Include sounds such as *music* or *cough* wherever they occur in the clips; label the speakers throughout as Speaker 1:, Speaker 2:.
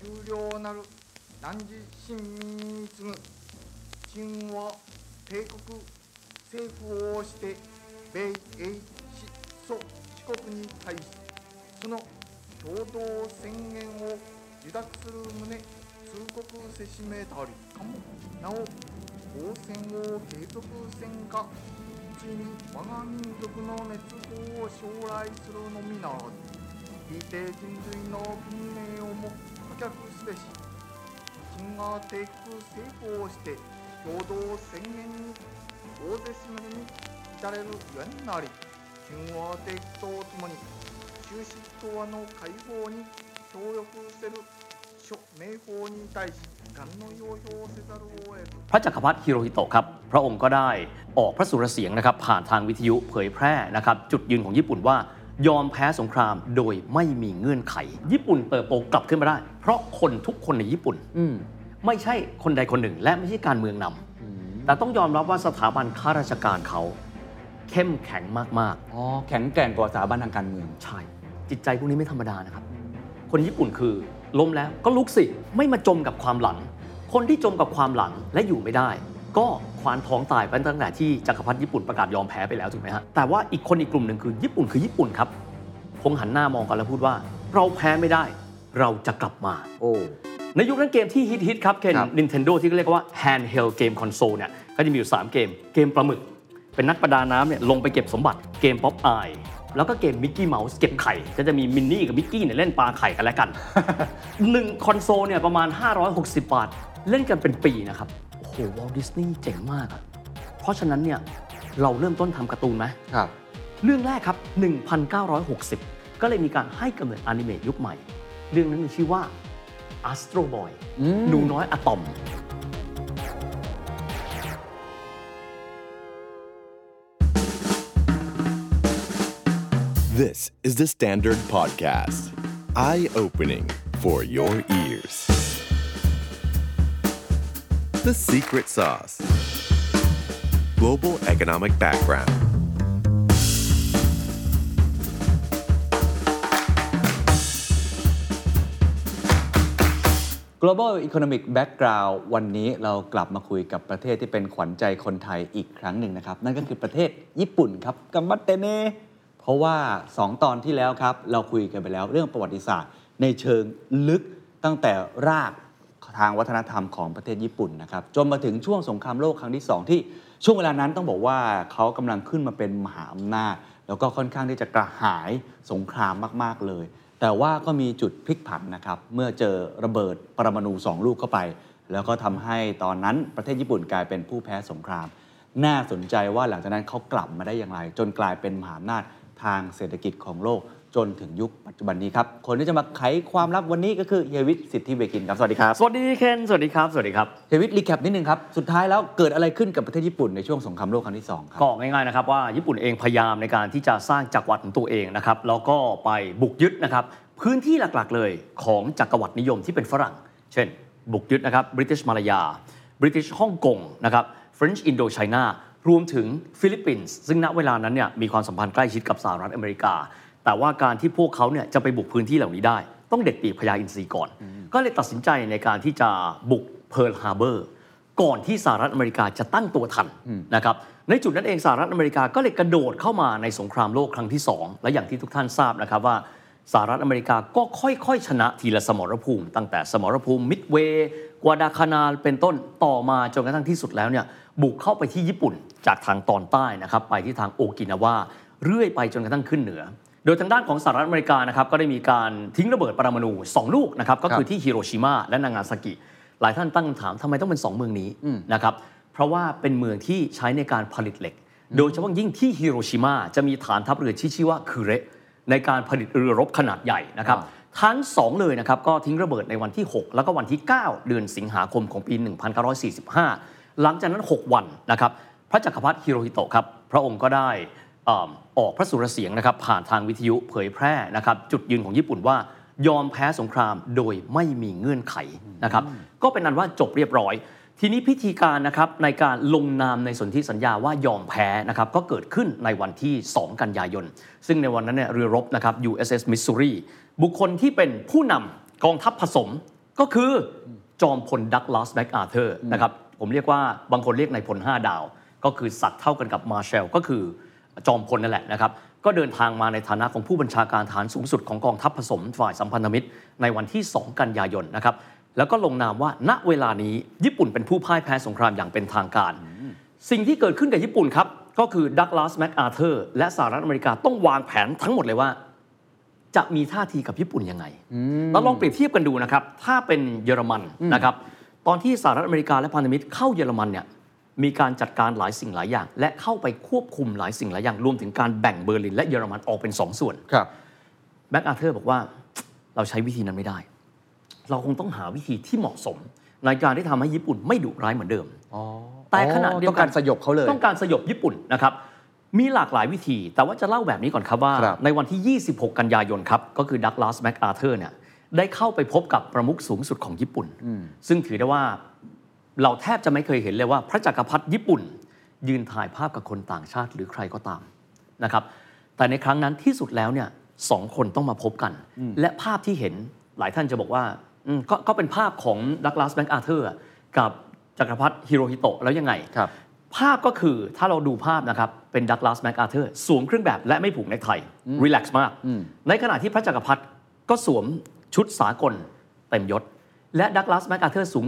Speaker 1: 丘陵なる汝臣民に次ぐ神は帝国政府をして米英祖四国に対しその共同宣言を受諾する旨通告せしめたりかもなお抗戦を継続せんかうちに我が民族の滅亡を将来するのみならずひいて人類の文明をも破却すべし金が帝国政府をして共同宣言に大絶すめに至れるゆえになり金は帝国とともに中止党和の解放に協力せる諸名法に対し願の要表せざるを得ず
Speaker 2: พระจักรพรรดิฮิโรฮิโตะครับพระองค์ก็ได้ออกพระสุรเสียงนะครับผ่านทางวิทยุเผยแพร่นะครับจุดยืนของญี่ปุ่นว่ายอมแพ้สงครามโดยไม่มีเงื่อนไข ญี่ปุ่นเติบโตกลับขึ้นมาได้ เพราะคนทุกคนในญี่ปุ่น
Speaker 3: อืม
Speaker 2: ไม่ใช่คนใดคนหนึ่ง และไม่ใช่การเมืองนำ
Speaker 3: อืม
Speaker 2: แต่ต้องยอมรับว่าสถาบันข้าราชการเขา เข้มแข็งมาก
Speaker 3: อ๋อแข็งแกร่งกว่าสถาบันทางการเมือง
Speaker 2: ๆใช่จิตใจพวกนี้ไม่ธรรมดานะครับ คนญี่ปุ่นคือล้มแล้วก็ลุกสิไม่มาจมกับความหลัง คนที่จมกับความหลังและอยู่ไม่ได้ ก็ควานท้องตายไปตั้งแต่ที่จักรพรรดิญี่ปุ่นประกาศยอมแพ้ไปแล้วถูกไหมฮะแต่ว่าอีกคนอีกกลุ่มหนึ่งคือญี่ปุ่นคือญี่ปุ่นครับ คงหันหน้ามองกันแล้วพูดว่า เราแพ้ไม่ได้ เราจะกลับมา
Speaker 3: โอ้
Speaker 2: ในยุคนั้นเกมที่ฮิตๆครับเคน
Speaker 3: ครับ
Speaker 2: Nintendo ที่เรียกว่า handheld game console เนี่ยก็จะมีอยู่ 3 เกม เกมปลาหมึก เป็นนักประดาน้ำเนี่ยลงไปเก็บสมบัติเกมป๊อปอายแล้วก็เกมมิกกี้เมาส์เก็บไข่ ก็จะมีมินนี่กับมิกกี้เนี่ยเล่นปลาไข่กัน
Speaker 3: *laughs*
Speaker 2: แล้วกัน หนึ่งคอนโซลเนี่ยประมาณ 560 บาท เล่นกันเป็นปีนะครับ โอ้โหวอลดิสนีย์เจ๋งมากอะเพราะฉะนั้นเนี่ยเราเริ่มต้นทำการ์ตูนไหม
Speaker 3: ครับ
Speaker 2: เรื่องแรกครับ 1960 ก็เลยมีการให้กำเนิดอนิเมะยุคใหม่ เรื่องนั้นมีชื่อว่า Astro Boy
Speaker 3: อืม
Speaker 2: หนูน้อยอะตอม
Speaker 4: This is the Standard Podcast. Eye opening for your ears. The Secret Sauce Global Economic Background.
Speaker 3: global economic background วันนี้เรากลับมาคุยกับประเทศที่เป็นขวัญใจคนไทยอีกครั้งหนึ่งนะครับ นั่นก็คือประเทศญี่ปุ่นครับกัมบัตเตเนเพราะว่า 2 ตอนที่แล้วครับ เราคุยกันไปแล้วเรื่องประวัติศาสตร์ ในเชิงลึกตั้งแต่รากทางวัฒนธรรมของประเทศญี่ปุ่นนะครับจนมาถึงช่วงสงครามโลกครั้งที่ 2 ที่ช่วงเวลานั้นต้องบอกว่าเขากำลังขึ้นมาเป็นมหาอำนาจ แล้วก็ค่อนข้างที่จะกระหายสงครามมาก ๆเลย แต่ว่าก็มีจุดพลิกผันนะครับ เมื่อเจอระเบิดปรมาณูสองลูกเข้าไป แล้วก็ทำให้ตอนนั้นประเทศญี่ปุ่นกลายเป็นผู้แพ้สงคราม น่าสนใจว่าหลังจากนั้นเขากลับมาได้อย่างไร จนกลายเป็นมหาอำนาจทางเศรษฐกิจของโลก จนถึงยุคปัจจุบันนี้ครับ คนที่จะมาไขความลับวันนี้ก็คือเฮยวิทย์สิทธิเวกินครับ สวัสดีครับ
Speaker 2: สวัสดีเคน สวัสดีครับ สวัสดีครับ
Speaker 3: เฮยวิทย์รีแคปนิดนึงครับ สุดท้ายแล้วเกิดอะไรขึ้นกับประเทศญี่ปุ่นในช่วงสงครามโลกครั้งที่สองครับ
Speaker 2: ก็ง่ายๆนะครับว่าญี่ปุ่นเองพยายามในการที่จะสร้างจักรวรรดิของตัวเองนะครับ แล้วก็ไปบุกยึดนะครับ พื้นที่หลักๆเลยของจักรวรรดินิยมที่เป็นฝรั่ง เช่น บุกยึดนะครับบริเตนมาลายาบริเตนฮ่องกงนะครับฟรนช์อินโดไชน่ารวมถึงฟิลิปปินส์ซึ่งณเวลานั้นเนี่ยมีความสัมพันธ์ใกล้ชิดกับสหรัฐอเมริกา แต่ว่าการที่พวกเขาเนี่ยจะไปบุกพื้นที่เหล่านี้ได้ ต้องเด็ดปีกพญาอินทรีก่อน ก็เลยตัดสินใจในการที่จะบุกเพิร์ลฮาร์เบอร์ ก่อนที่สหรัฐอเมริกาจะตั้งตัวทันนะครับในจุดนั้นเองสหรัฐอเมริกาก็เลยกระโดดเข้ามาในสงครามโลกครั้งที่ 2 และอย่างที่ทุกท่านทราบนะครับว่าสหรัฐอเมริกาก็ค่อยๆ ชนะทีละสมรภูมิ ตั้งแต่สมรภูมิมิดเวย์กวาดาคานาลเป็นต้นต่อมาจนกระทั่งที่สุดแล้วเนี่ยบุกเข้าไปที่ญี่ปุ่นจากทางตอนใต้นะครับไปที่ทางโอกินาวาเรื่อยไปจนกระทั่งขึ้นเหนือ โดยทางด้านของสหรัฐอเมริกานะครับก็ได้มีการทิ้งระเบิดปรมาณูสองลูกนะครับก็คือที่ฮิโรชิมาและนางาซากิ หลายท่านตั้งคำถามทำไมต้องเป็น 2 เมืองนี้นะครับ เพราะว่าเป็นเมืองที่ใช้ในการผลิตเหล็ก โดยเฉพาะยิ่งที่ฮิโรชิมาจะมีฐานทัพเรือที่ชื่อว่าคุเระในการผลิตเรือรบขนาดใหญ่นะครับ
Speaker 3: อ่า
Speaker 2: ทั้ง 2 เลยนะครับ ก็ทิ้งระเบิดในวันที่ 6 แล้วก็วันที่ 9 เดือนสิงหาคมของปี 1945 หลังจากนั้น 6 วันนะครับ พระจักรพรรดิฮิโรฮิโตะครับ พระองค์ก็ได้เอิ่มออกพระสุรเสียงนะครับ ผ่านทางวิทยุเผยแพร่นะครับ จุดยืนของญี่ปุ่นว่ายอมแพ้สงครามโดยไม่มีเงื่อนไขนะครับ ก็เป็นนั้นว่าจบเรียบร้อย ทีนี้พิธีการนะครับในการลงนามในสนธิสัญญาว่ายอมแพ้นะครับก็เกิดขึ้นในวันที่ 2 กันยายน ซึ่งในวันนั้นเนี่ยเรือรบนะครับ USS Missouri บุคคลที่เป็นผู้นำกองทัพผสม ก็ ก็คือจอมพลดักลาสแบ็กอาเธอร์นะครับผมเรียกว่าบางคนเรียกนายพล 5 ดาว ก็คือศักดิ์เท่ากันกับมาร์แชลก็คือจอมพลนั่นแหละนะครับ ก็เดินทางมาในฐานะของผู้บัญชาการฐานสูงสุดของกองทัพผสมฝ่ายสัมพันธมิตร ในวันที่ 2 กันยายนนะครับ แล้วก็ลงนามว่าณเวลานี้ญี่ปุ่นเป็นผู้พ่ายแพ้สงครามอย่างเป็นทางการ สิ่งที่เกิดขึ้นกับญี่ปุ่นครับ ก็คือดักลาสแม็กอาเธอร์และสหรัฐอเมริกาต้องวางแผนทั้งหมดเลยว่า จะมีท่าทีกับญี่ปุ่นยังไง แล้วลองเปรียบเทียบกันดูนะครับ ถ้าเป็นเยอรมันนะครับ ตอนที่สหรัฐอเมริกาและพันธมิตรเข้าเยอรมันเนี่ย มีการจัดการหลายสิ่งหลายอย่าง และเข้าไปควบคุมหลายสิ่งหลายอย่าง รวมถึงการแบ่งเบอร์ลินและเยอรมันออกเป็นสองส่วน
Speaker 3: ครับ
Speaker 2: แบ็กอาเธอร์บอกว่าเราใช้วิธีนั้นไม่ได้ เราคงต้องหาวิธีที่เหมาะสม ในการที่ทำให้ญี่ปุ่นไม่ดุร้ายเหมือนเดิม
Speaker 3: อ๋อ
Speaker 2: แต่ขณะเดียวกัน
Speaker 3: ต้องการสยบเขาเลย
Speaker 2: ต้องการสยบญี่ปุ่นนะครับ มีหลากหลายวิธี แต่ว่าจะเล่าแบบนี้ก่อนครับว่า
Speaker 3: ครับ
Speaker 2: ในวันที่ 26 กันยายนครับ ก็คือดักลาสแม็กอาเธอร์เนี่ย ได้เข้าไปพบกับประมุขสูงสุดของญี่ปุ่น ซึ่งถือได้ว่าเราแทบจะไม่เคยเห็นเลยว่าพระจักรพรรดิญี่ปุ่น ยืนถ่ายภาพกับคนต่างชาติหรือใครก็ตามนะครับ แต่ในครั้งนั้นที่สุดแล้วเนี่ยสองคนต้องมาพบกัน และภาพที่เห็นหลายท่านจะบอกว่าอืมกก็เป็นภาพของดักลาสแม็กอาเธอร์กับจักรพรรดิฮิโรฮิโตะแล้วยังไง
Speaker 3: ครับ
Speaker 2: ภาพก็คือถ้าเราดูภาพนะครับ เป็นดักลาสแม c อาเธอร์สวมเครื่องแบบและไม่ผูกเนคไทรีแลกซ์มาก ในขณะที่พระจักรพรรดิก็สวมชุดสากลเต็มยศ และดักลาสแม c อาเธอร์สูง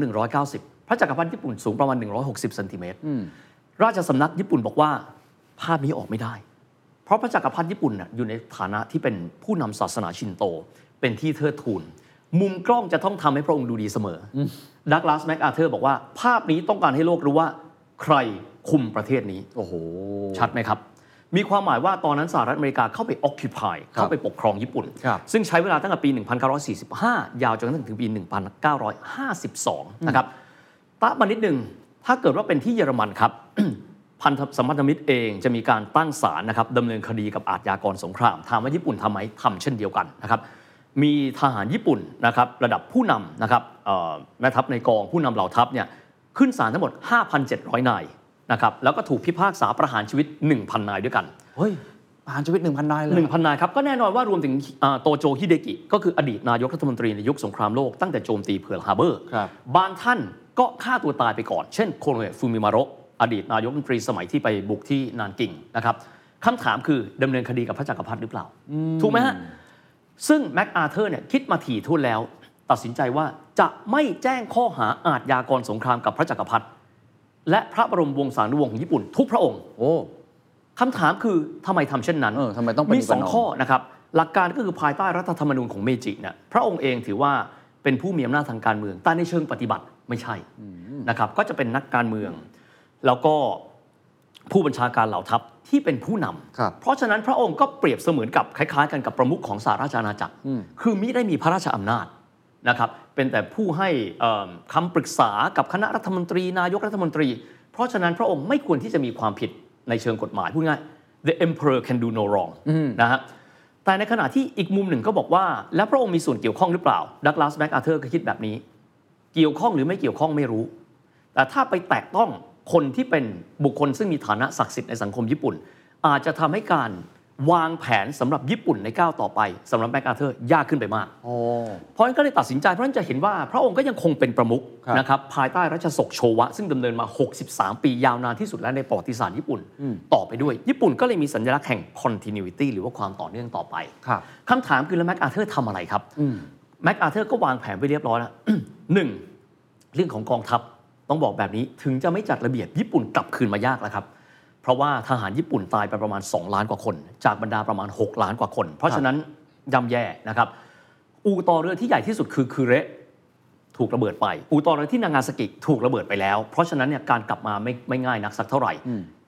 Speaker 2: 190 พระจักรพรรดิญี่ปุ่นสูงประมาณ 160เซนติเมตรราชสำนักญี่ปุ่นบอกว่าภาพนี้ออกไม่ได้ เพราะพระจักรพรรดิญี่ปุ่นน่ะอยู่ในฐานะที่เป็นผู้นำศาสนาชินโต เป็นที่เทิดทูน มุมกล้องจะต้องทำให้พระองค์ดูดีเสมออดักลาสแม็กอาเธอร์บอกว่าภาพนี้ต้องการให้โลกรู้ว่าใครคุมประเทศนี้
Speaker 3: โอ้โห
Speaker 2: ชัดไหมครับ มีความหมายว่าตอนนั้นสหรัฐอเมริกาเข้าไป occupy
Speaker 3: ครับ
Speaker 2: เข้าไปปกครองญี่ปุ่น
Speaker 3: ครับ
Speaker 2: ซึ่งใช้เวลาตั้งแต่ปี 1945 ยาวจนกระทั่งถึงปี 1952 นะครับตะมานิดหนึ่ง ถ้าเกิดว่าเป็นที่เยอรมันครับ *clears throat* พันธสัมพันธมิตรเองจะมีการตั้งศาลนะครับดำเนินคดีกับอาชญากรสงคราม ถามว่าญี่ปุ่นทำไหมทำเช่นเดียวกันนะครับ มีทหารญี่ปุ่นนะครับระดับผู้นำนะครับเอ่อแม่ทัพในกองผู้นำเหล่าทัพเนี่ยขึ้นศาลทั้งหมด 5,700 นายนะครับแล้วก็ถูกพิพากษาประหารชีวิต 1,000 นายด้วยกัน
Speaker 3: เฮ้ยประหารชีวิตหนึ่งพันนายเลย
Speaker 2: 1,000 นายครับ ก็แน่นอนว่ารวมถึงอ่าโตโจฮิเดกิ ก็คืออดีตนายกรัฐมนตรีในยุคสงครามโลกตั้งแต่โจมตีเพิร์ลฮาร์เบอร์
Speaker 3: ครับ
Speaker 2: บางท่านก็ฆ่าตัวตายไปก่อน เช่นโคโนเอะฟูมิมาโระอดีตนายกรัฐมนตรีสมัยที่ไปบุกที่นานกิงนะครับคำถามคือดำเนินคดีกับพระจักรพรรดิหรือเปล่า ถูกไหมฮะ ซึ่งแม็กอาเธอร์เนี่ยคิดมาถี่ถ้วนแล้ว ตัดสินใจว่าจะไม่แจ้งข้อหาอาทยากรสงครามกับพระจักรพรรดิและพระบรมวงศานุวงศ์ของญี่ปุ่นทุกพระองค์
Speaker 3: โอ้
Speaker 2: คำถามคือทำไมทำเช่นนั้น
Speaker 3: เออทำไมต้องปฏิบัติ
Speaker 2: มีสอง
Speaker 3: น้อง
Speaker 2: ข้อนะครับ หลักการก็คือภายใต้รัฐธรรมนูญของเมจิเนี่ยพระองค์เองถือว่าเป็นผู้มีอำนาจทางการเมือง แต่ในเชิงปฏิบัติไม่ใช่นะครับ ก็จะเป็นนักการเมือง แล้วก็ผู้บัญชาการเหล่าทัพที่เป็นผู้นำ
Speaker 3: ครับ
Speaker 2: เพราะฉะนั้นพระองค์ก็เปรียบเสมือนกับคล้ายๆ กันกับประมุขของสหราชอาณาจักร คือมิได้มีพระราชอำนาจนะครับ เป็นแต่ผู้ให้เอิ่มคำปรึกษากับคณะรัฐมนตรี นายกรัฐมนตรี เพราะฉะนั้นพระองค์ไม่ควรที่จะมีความผิดในเชิงกฎหมายพูดง่าย the emperor can do no wrong นะฮะ แต่ในขณะที่อีกมุมหนึ่งก็บอกว่า แล้วพระองค์มีส่วนเกี่ยวข้องหรือเปล่าดักลาสแม็กอาเธอร์ก็คิดแบบนี้ เกี่ยวข้องหรือไม่เกี่ยวข้องไม่รู้ แต่ถ้าไปแตะต้องคนที่เป็นบุคคลซึ่งมีฐานะศักดิ์สิทธิ์ในสังคมญี่ปุ่น อาจจะทำให้การวางแผนสำหรับญี่ปุ่นในก้าวต่อไปสำหรับแม็กอาเธอร์ยากขึ้นไปมาก
Speaker 3: โอ้
Speaker 2: เพราะฉะนั้นก็เลยตัดสินใจเพราะฉะนั้นจะเห็นว่าพระองค์ก็ยังคงเป็นประมุข
Speaker 3: ครับ
Speaker 2: นะครับภายใต้รัชศกโชวะ ซึ่งดำเนินมา 63 ปียาวนานที่สุดแล้วในประวัติศาสตร์ญี่ปุ่น ต่อไปด้วย ญี่ปุ่นก็เลยมีสัญลักษณ์แห่ง continuity หรือว่าความต่อเนื่องต่อไป
Speaker 3: ครับ
Speaker 2: คำถามคือแล้วแม็กอาเธอร์ทำอะไรครับแม็กอาเธอร์ก็วางแผนไปเรียบร้อยแล้ว *clears throat* หนึ่งเรื่องของกองทัพต้องบอกแบบนี้ถึงจะไม่จัดระเบียบญี่ปุ่นกลับคืนมายากแล้วครับ เพราะว่าทหารญี่ปุ่นตายไปประมาณ 2 ล้านกว่าคน จากบรรดาประมาณ 6 ล้านกว่าคน เพราะฉะนั้นย่ำแย่นะครับ อูต่อเรือที่ใหญ่ที่สุดคือคือเระถูกระเบิดไป อูต่อเรือที่นางาซากิถูกระเบิดไปแล้ว เพราะฉะนั้นเนี่ยการกลับมาไม่ไม่ง่ายนักสักเท่าไหร่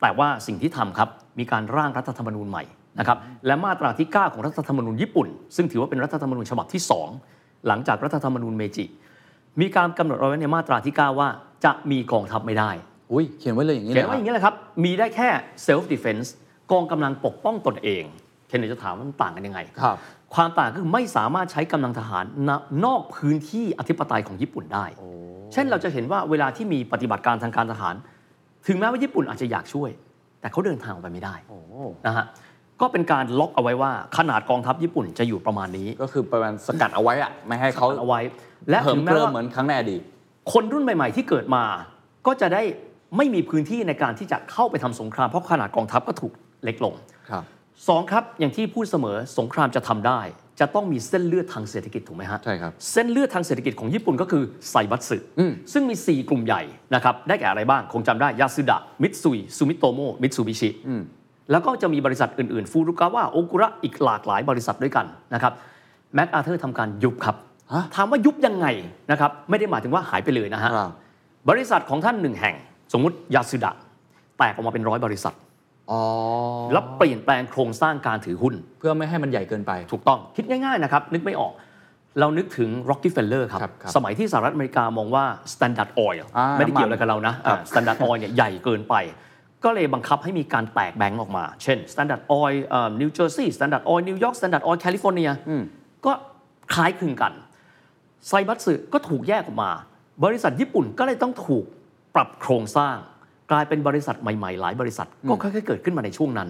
Speaker 2: แต่ว่าสิ่งที่ทำครับ มีการร่างรัฐธรรมนูญใหม่นะครับและมาตราที่ 9 ของรัฐธรรมนูญญี่ปุ่น ซึ่งถือว่าเป็นรัฐธรรมนูญฉบับที่ 2 หลังจากรัฐธรรมนูญเมจิ มีการกำหนดเอาไว้ในมาตราที่ 9 ว่าจะมีกองทัพไม่ได้
Speaker 3: อุ้ย เขียนไว้เลยอย่างนี้เล
Speaker 2: เขียน
Speaker 3: ยเหร
Speaker 2: ว่า
Speaker 3: อ
Speaker 2: อย่างนี้แหละครับ มีได้แค่ self defense กองกำลังปกป้องตนเอง เคนเนจะถามว่ามันต่างกันยังไง
Speaker 3: ครับ
Speaker 2: ความต่างคือไม่สามารถใช้กำลังทหารนะนอกพื้นที่อธิปไตยของญี่ปุ่นได้ เช่นเราจะเห็นว่าเวลาที่มีปฏิบัติการทางการทหาร ถึงแม้ว่าญี่ปุ่นอาจจะอยากช่วย แต่เขาเดินทางออกไปไม่ได้นะฮะก็เป็นการล็อกเอาไว้ว่าขนาดกองทัพญี่ปุ่นจะอยู่ประมาณนี้
Speaker 3: ก็คือประมาณสกัดเอาไว้อะไม่ให้เขา
Speaker 2: เอาไว้ และ
Speaker 3: เพิ่ม
Speaker 2: ถึงแม้
Speaker 3: เพิ่ม
Speaker 2: ว่า
Speaker 3: เหมือนครั้งในอดีต
Speaker 2: คนรุ่นใหม่ๆ ที่เกิดมา ก็จะได้ไม่มีพื้นที่ในการที่จะเข้าไปทำสงคราม เพราะขนาดกองทัพก็ถูกเล็กลง
Speaker 3: ครับ
Speaker 2: สองครับ อย่างที่พูดเสมอสงครามจะทำได้ จะต้องมีเส้นเลือดทางเศรษฐกิจถูกไหมฮะ
Speaker 3: ใช่ครับ
Speaker 2: เส้นเลือดทางเศรษฐกิจของญี่ปุ่นก็คือไซบัตสึ
Speaker 3: อืม
Speaker 2: ซึ่งมี 4 กลุ่มใหญ่นะครับได้แก่อะไรบ้าง คงจำได้ยาสึดะมิตซุยซูมิโตโมมิตซูบิชิ
Speaker 3: อืม
Speaker 2: แล้วก็จะมีบริษัทอื่นๆ ฟูรุกาวะโอกุระอีกหลากหลายบริษัทด้วยกันนะครับแมคอาเธอร์ทำการยุบครับ
Speaker 3: ฮะ
Speaker 2: ถามว่ายุบยังไงนะครับไม่ได้หมายถึงว่าหายไปเลยนะฮะ
Speaker 3: ครับ
Speaker 2: บริษัทของท่านหนึ่งแห่ง สมมุติยาสุดะแตกออกมาเป็นร้อยบริษัท
Speaker 3: อ๋อ
Speaker 2: แล้วเปลี่ยนแปลงโครงสร้างการถือหุ้น
Speaker 3: เพื่อไม่ให้มันใหญ่เกินไป
Speaker 2: ถูกต้องคิดง่ายๆนะครับ นึกไม่ออก เรานึกถึง Rockefeller ครับ
Speaker 3: ครับครับ
Speaker 2: สมัยที่สหรัฐอเมริกามองว่า Standard Oil
Speaker 3: อ่า
Speaker 2: ไม่ได้เกี่ยวอะไร
Speaker 3: น้ำมัน
Speaker 2: กับเรานะอ่า Standard Oil เนี่ยใหญ่เกินไป ก็เลยบังคับให้มีการแตกแบงก์ออกมา เช่น Standard Oil นิวเจอร์ซีย์ Standard Oil นิวยอร์ก Standard Oil แคลิฟอร์เนีย
Speaker 3: อืม
Speaker 2: ก็คล้ายคลึงกัน ไซบัตสึก็ถูกแยกออกมา บริษัทญี่ปุ่นก็เลยต้องถูกปรับโครงสร้าง กลายเป็นบริษัทใหม่ๆ หลายบริษัทก็ค่อยๆเกิดขึ้นมาในช่วงนั้น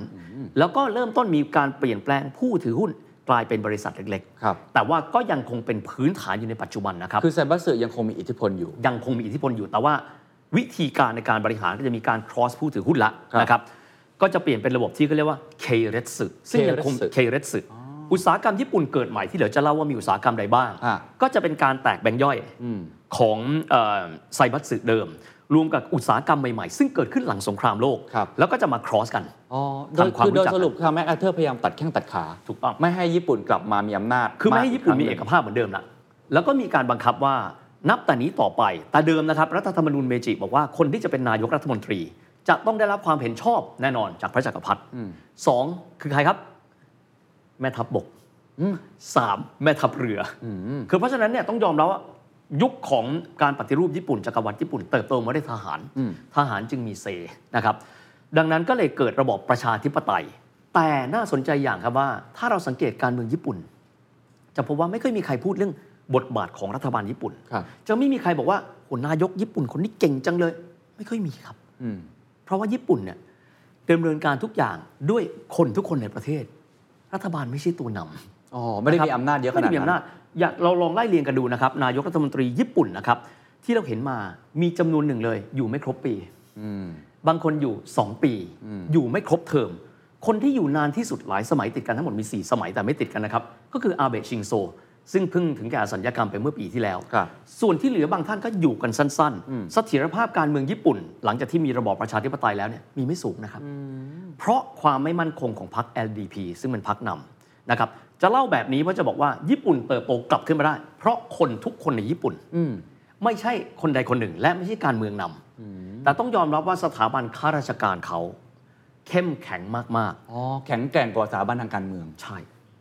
Speaker 2: แล้วก็เริ่มต้นมีการเปลี่ยนแปลงผู้ถือหุ้นกลายเป็นบริษัทเล็ก
Speaker 3: ครับ
Speaker 2: ๆ แต่ว่าก็ยังคงเป็นพื้นฐานอยู่ในปัจจุบันนะครับ
Speaker 3: คือไซบัสสึยังคงมีอิทธิพลอยู่
Speaker 2: ยังคงมีอิทธิพลอยู่แต่ว่าวิธีการในการบริหารก็จะมีการ cross ผู้ถือหุ้นละ
Speaker 3: ครับ
Speaker 2: นะครับก็จะเปลี่ยนเป็นระบบที่เขาเรียกว่าเคเรสึซึ่งยังคง
Speaker 3: Keiretsu
Speaker 2: เคเรสึอุตสาหกรรมญี่ปุ่นเกิดใหม่ที่เดี๋ยวจะเล่าว่ามีอุตสาหกรรมใดบ้าง
Speaker 3: อ่ะ
Speaker 2: ก็จะเป็นการแตกแบ่งย่อยของเอ่อไซบัตสึเดิม รวมกับอุตสาหกรรมใหม่ๆ ซึ่งเกิดขึ้นหลังสงครามโลก
Speaker 3: ครับ
Speaker 2: แล้วก็จะมา cross กัน
Speaker 3: อ๋อโดย
Speaker 2: ทำความ
Speaker 3: คือ
Speaker 2: รู้
Speaker 3: โดย
Speaker 2: จัก
Speaker 3: สรุปคือแม็กอาเธอร์พยายามตัดแข้งตัดขา
Speaker 2: ถูกต้อง
Speaker 3: ไม่ให้ญี่ปุ่นกลับมามีอำนาจ
Speaker 2: คือไม่ให้
Speaker 3: าก
Speaker 2: ญี่ปุ่นมี
Speaker 3: ค
Speaker 2: เอ
Speaker 3: รั้ง
Speaker 2: ก
Speaker 3: หง
Speaker 2: ภาพเหมือนเดิมละแล้วก็มีการบังคับว่านับแต่นี้ต่อไป แต่เดิมนะครับรัฐธรรมนูญเมจิบอกว่าคนที่จะเป็นนายกรัฐมนตรี จะต้องได้รับความเห็นชอบแน่นอนจากพระจักรพรรดิสองคือใครครับ แม่ทัพบกสามแม่ทัพเรืออคือเพราะฉะนั้นเนี่ยต้องยอมแล้วว่ายุคของการปฏิรูปญี่ปุ่นจักรวรรดิญี่ปุ่นเติบโตมาด้วยทหาร ทหารจึงมีเซนะครับ ดังนั้นก็เลยเกิดระบอบประชาธิปไตย แต่น่าสนใจอย่างครับว่า ถ้าเราสังเกตการเมืองญี่ปุ่น จะพบว่าไม่เคยมีใครพูดเรื่องบทบาทของรัฐบาลญี่ปุ่น
Speaker 3: ครับ
Speaker 2: จะไม่มีใครบอกว่าโหนายกญี่ปุ่นคนนี้เก่งจังเลย ไม่ค่อยมีครับ
Speaker 3: อืม
Speaker 2: เพราะว่าญี่ปุ่นเนี่ยดำเนินการทุกอย่างด้วยคนทุกคนในประเทศ รัฐบาลไม่ใช่ตัวนำ
Speaker 3: อ๋อ ไม่ได้มีอำนาจเยอะขนาด
Speaker 2: ไม่ได้มี
Speaker 3: นั้
Speaker 2: อำนาจ
Speaker 3: น
Speaker 2: อยากเราลองไล่เรียงกันดูนะครับ นายกรัฐมนตรีญี่ปุ่นนะครับ ที่เราเห็นมามีจำนวนหนึ่งเลย อยู่ไม่ครบปี
Speaker 3: อืม
Speaker 2: บางคนอยู่ 2 ปี อยู่ไม่ครบเทอม คนที่อยู่นานที่สุดหลายสมัยติดกันทั้งหมดมี 4 สมัยแต่ไม่ติดกันนะครับ ก็คืออาเบะชิงโซ ซึ่งเพิ่งถึงแก่สัญญกรรมไปเมื่อปีที่แล้ว
Speaker 3: ครับ
Speaker 2: ส่วนที่เหลือบางท่านก็อยู่กันสั้นๆ เสถียรภาพการเมืองญี่ปุ่น หลังจากที่มีระบอบประชาธิปไตยแล้วเนี่ยมีไม่สูงนะครับ เพราะความไม่มั่นคงของพรรค LDP ซึ่งเป็นพรรคนำนะครับ จะเล่าแบบนี้ว่าะจะบอกว่าญี่ปุ่นเติบโตกลับขึ้นมาได้ เพราะคนทุกคนในญี่ปุ่น
Speaker 3: อืม
Speaker 2: ไม่ใช่คนใดคนหนึ่ง และไม่ใช่การเมืองนำแต่ต้องยอมรับว่าสถาบันข้าราชการเขา เข้มแข็งมาก
Speaker 3: อ๋อ แข็งแกร่งกว่าสถาบันทางการเมือง
Speaker 2: ๆ ใช่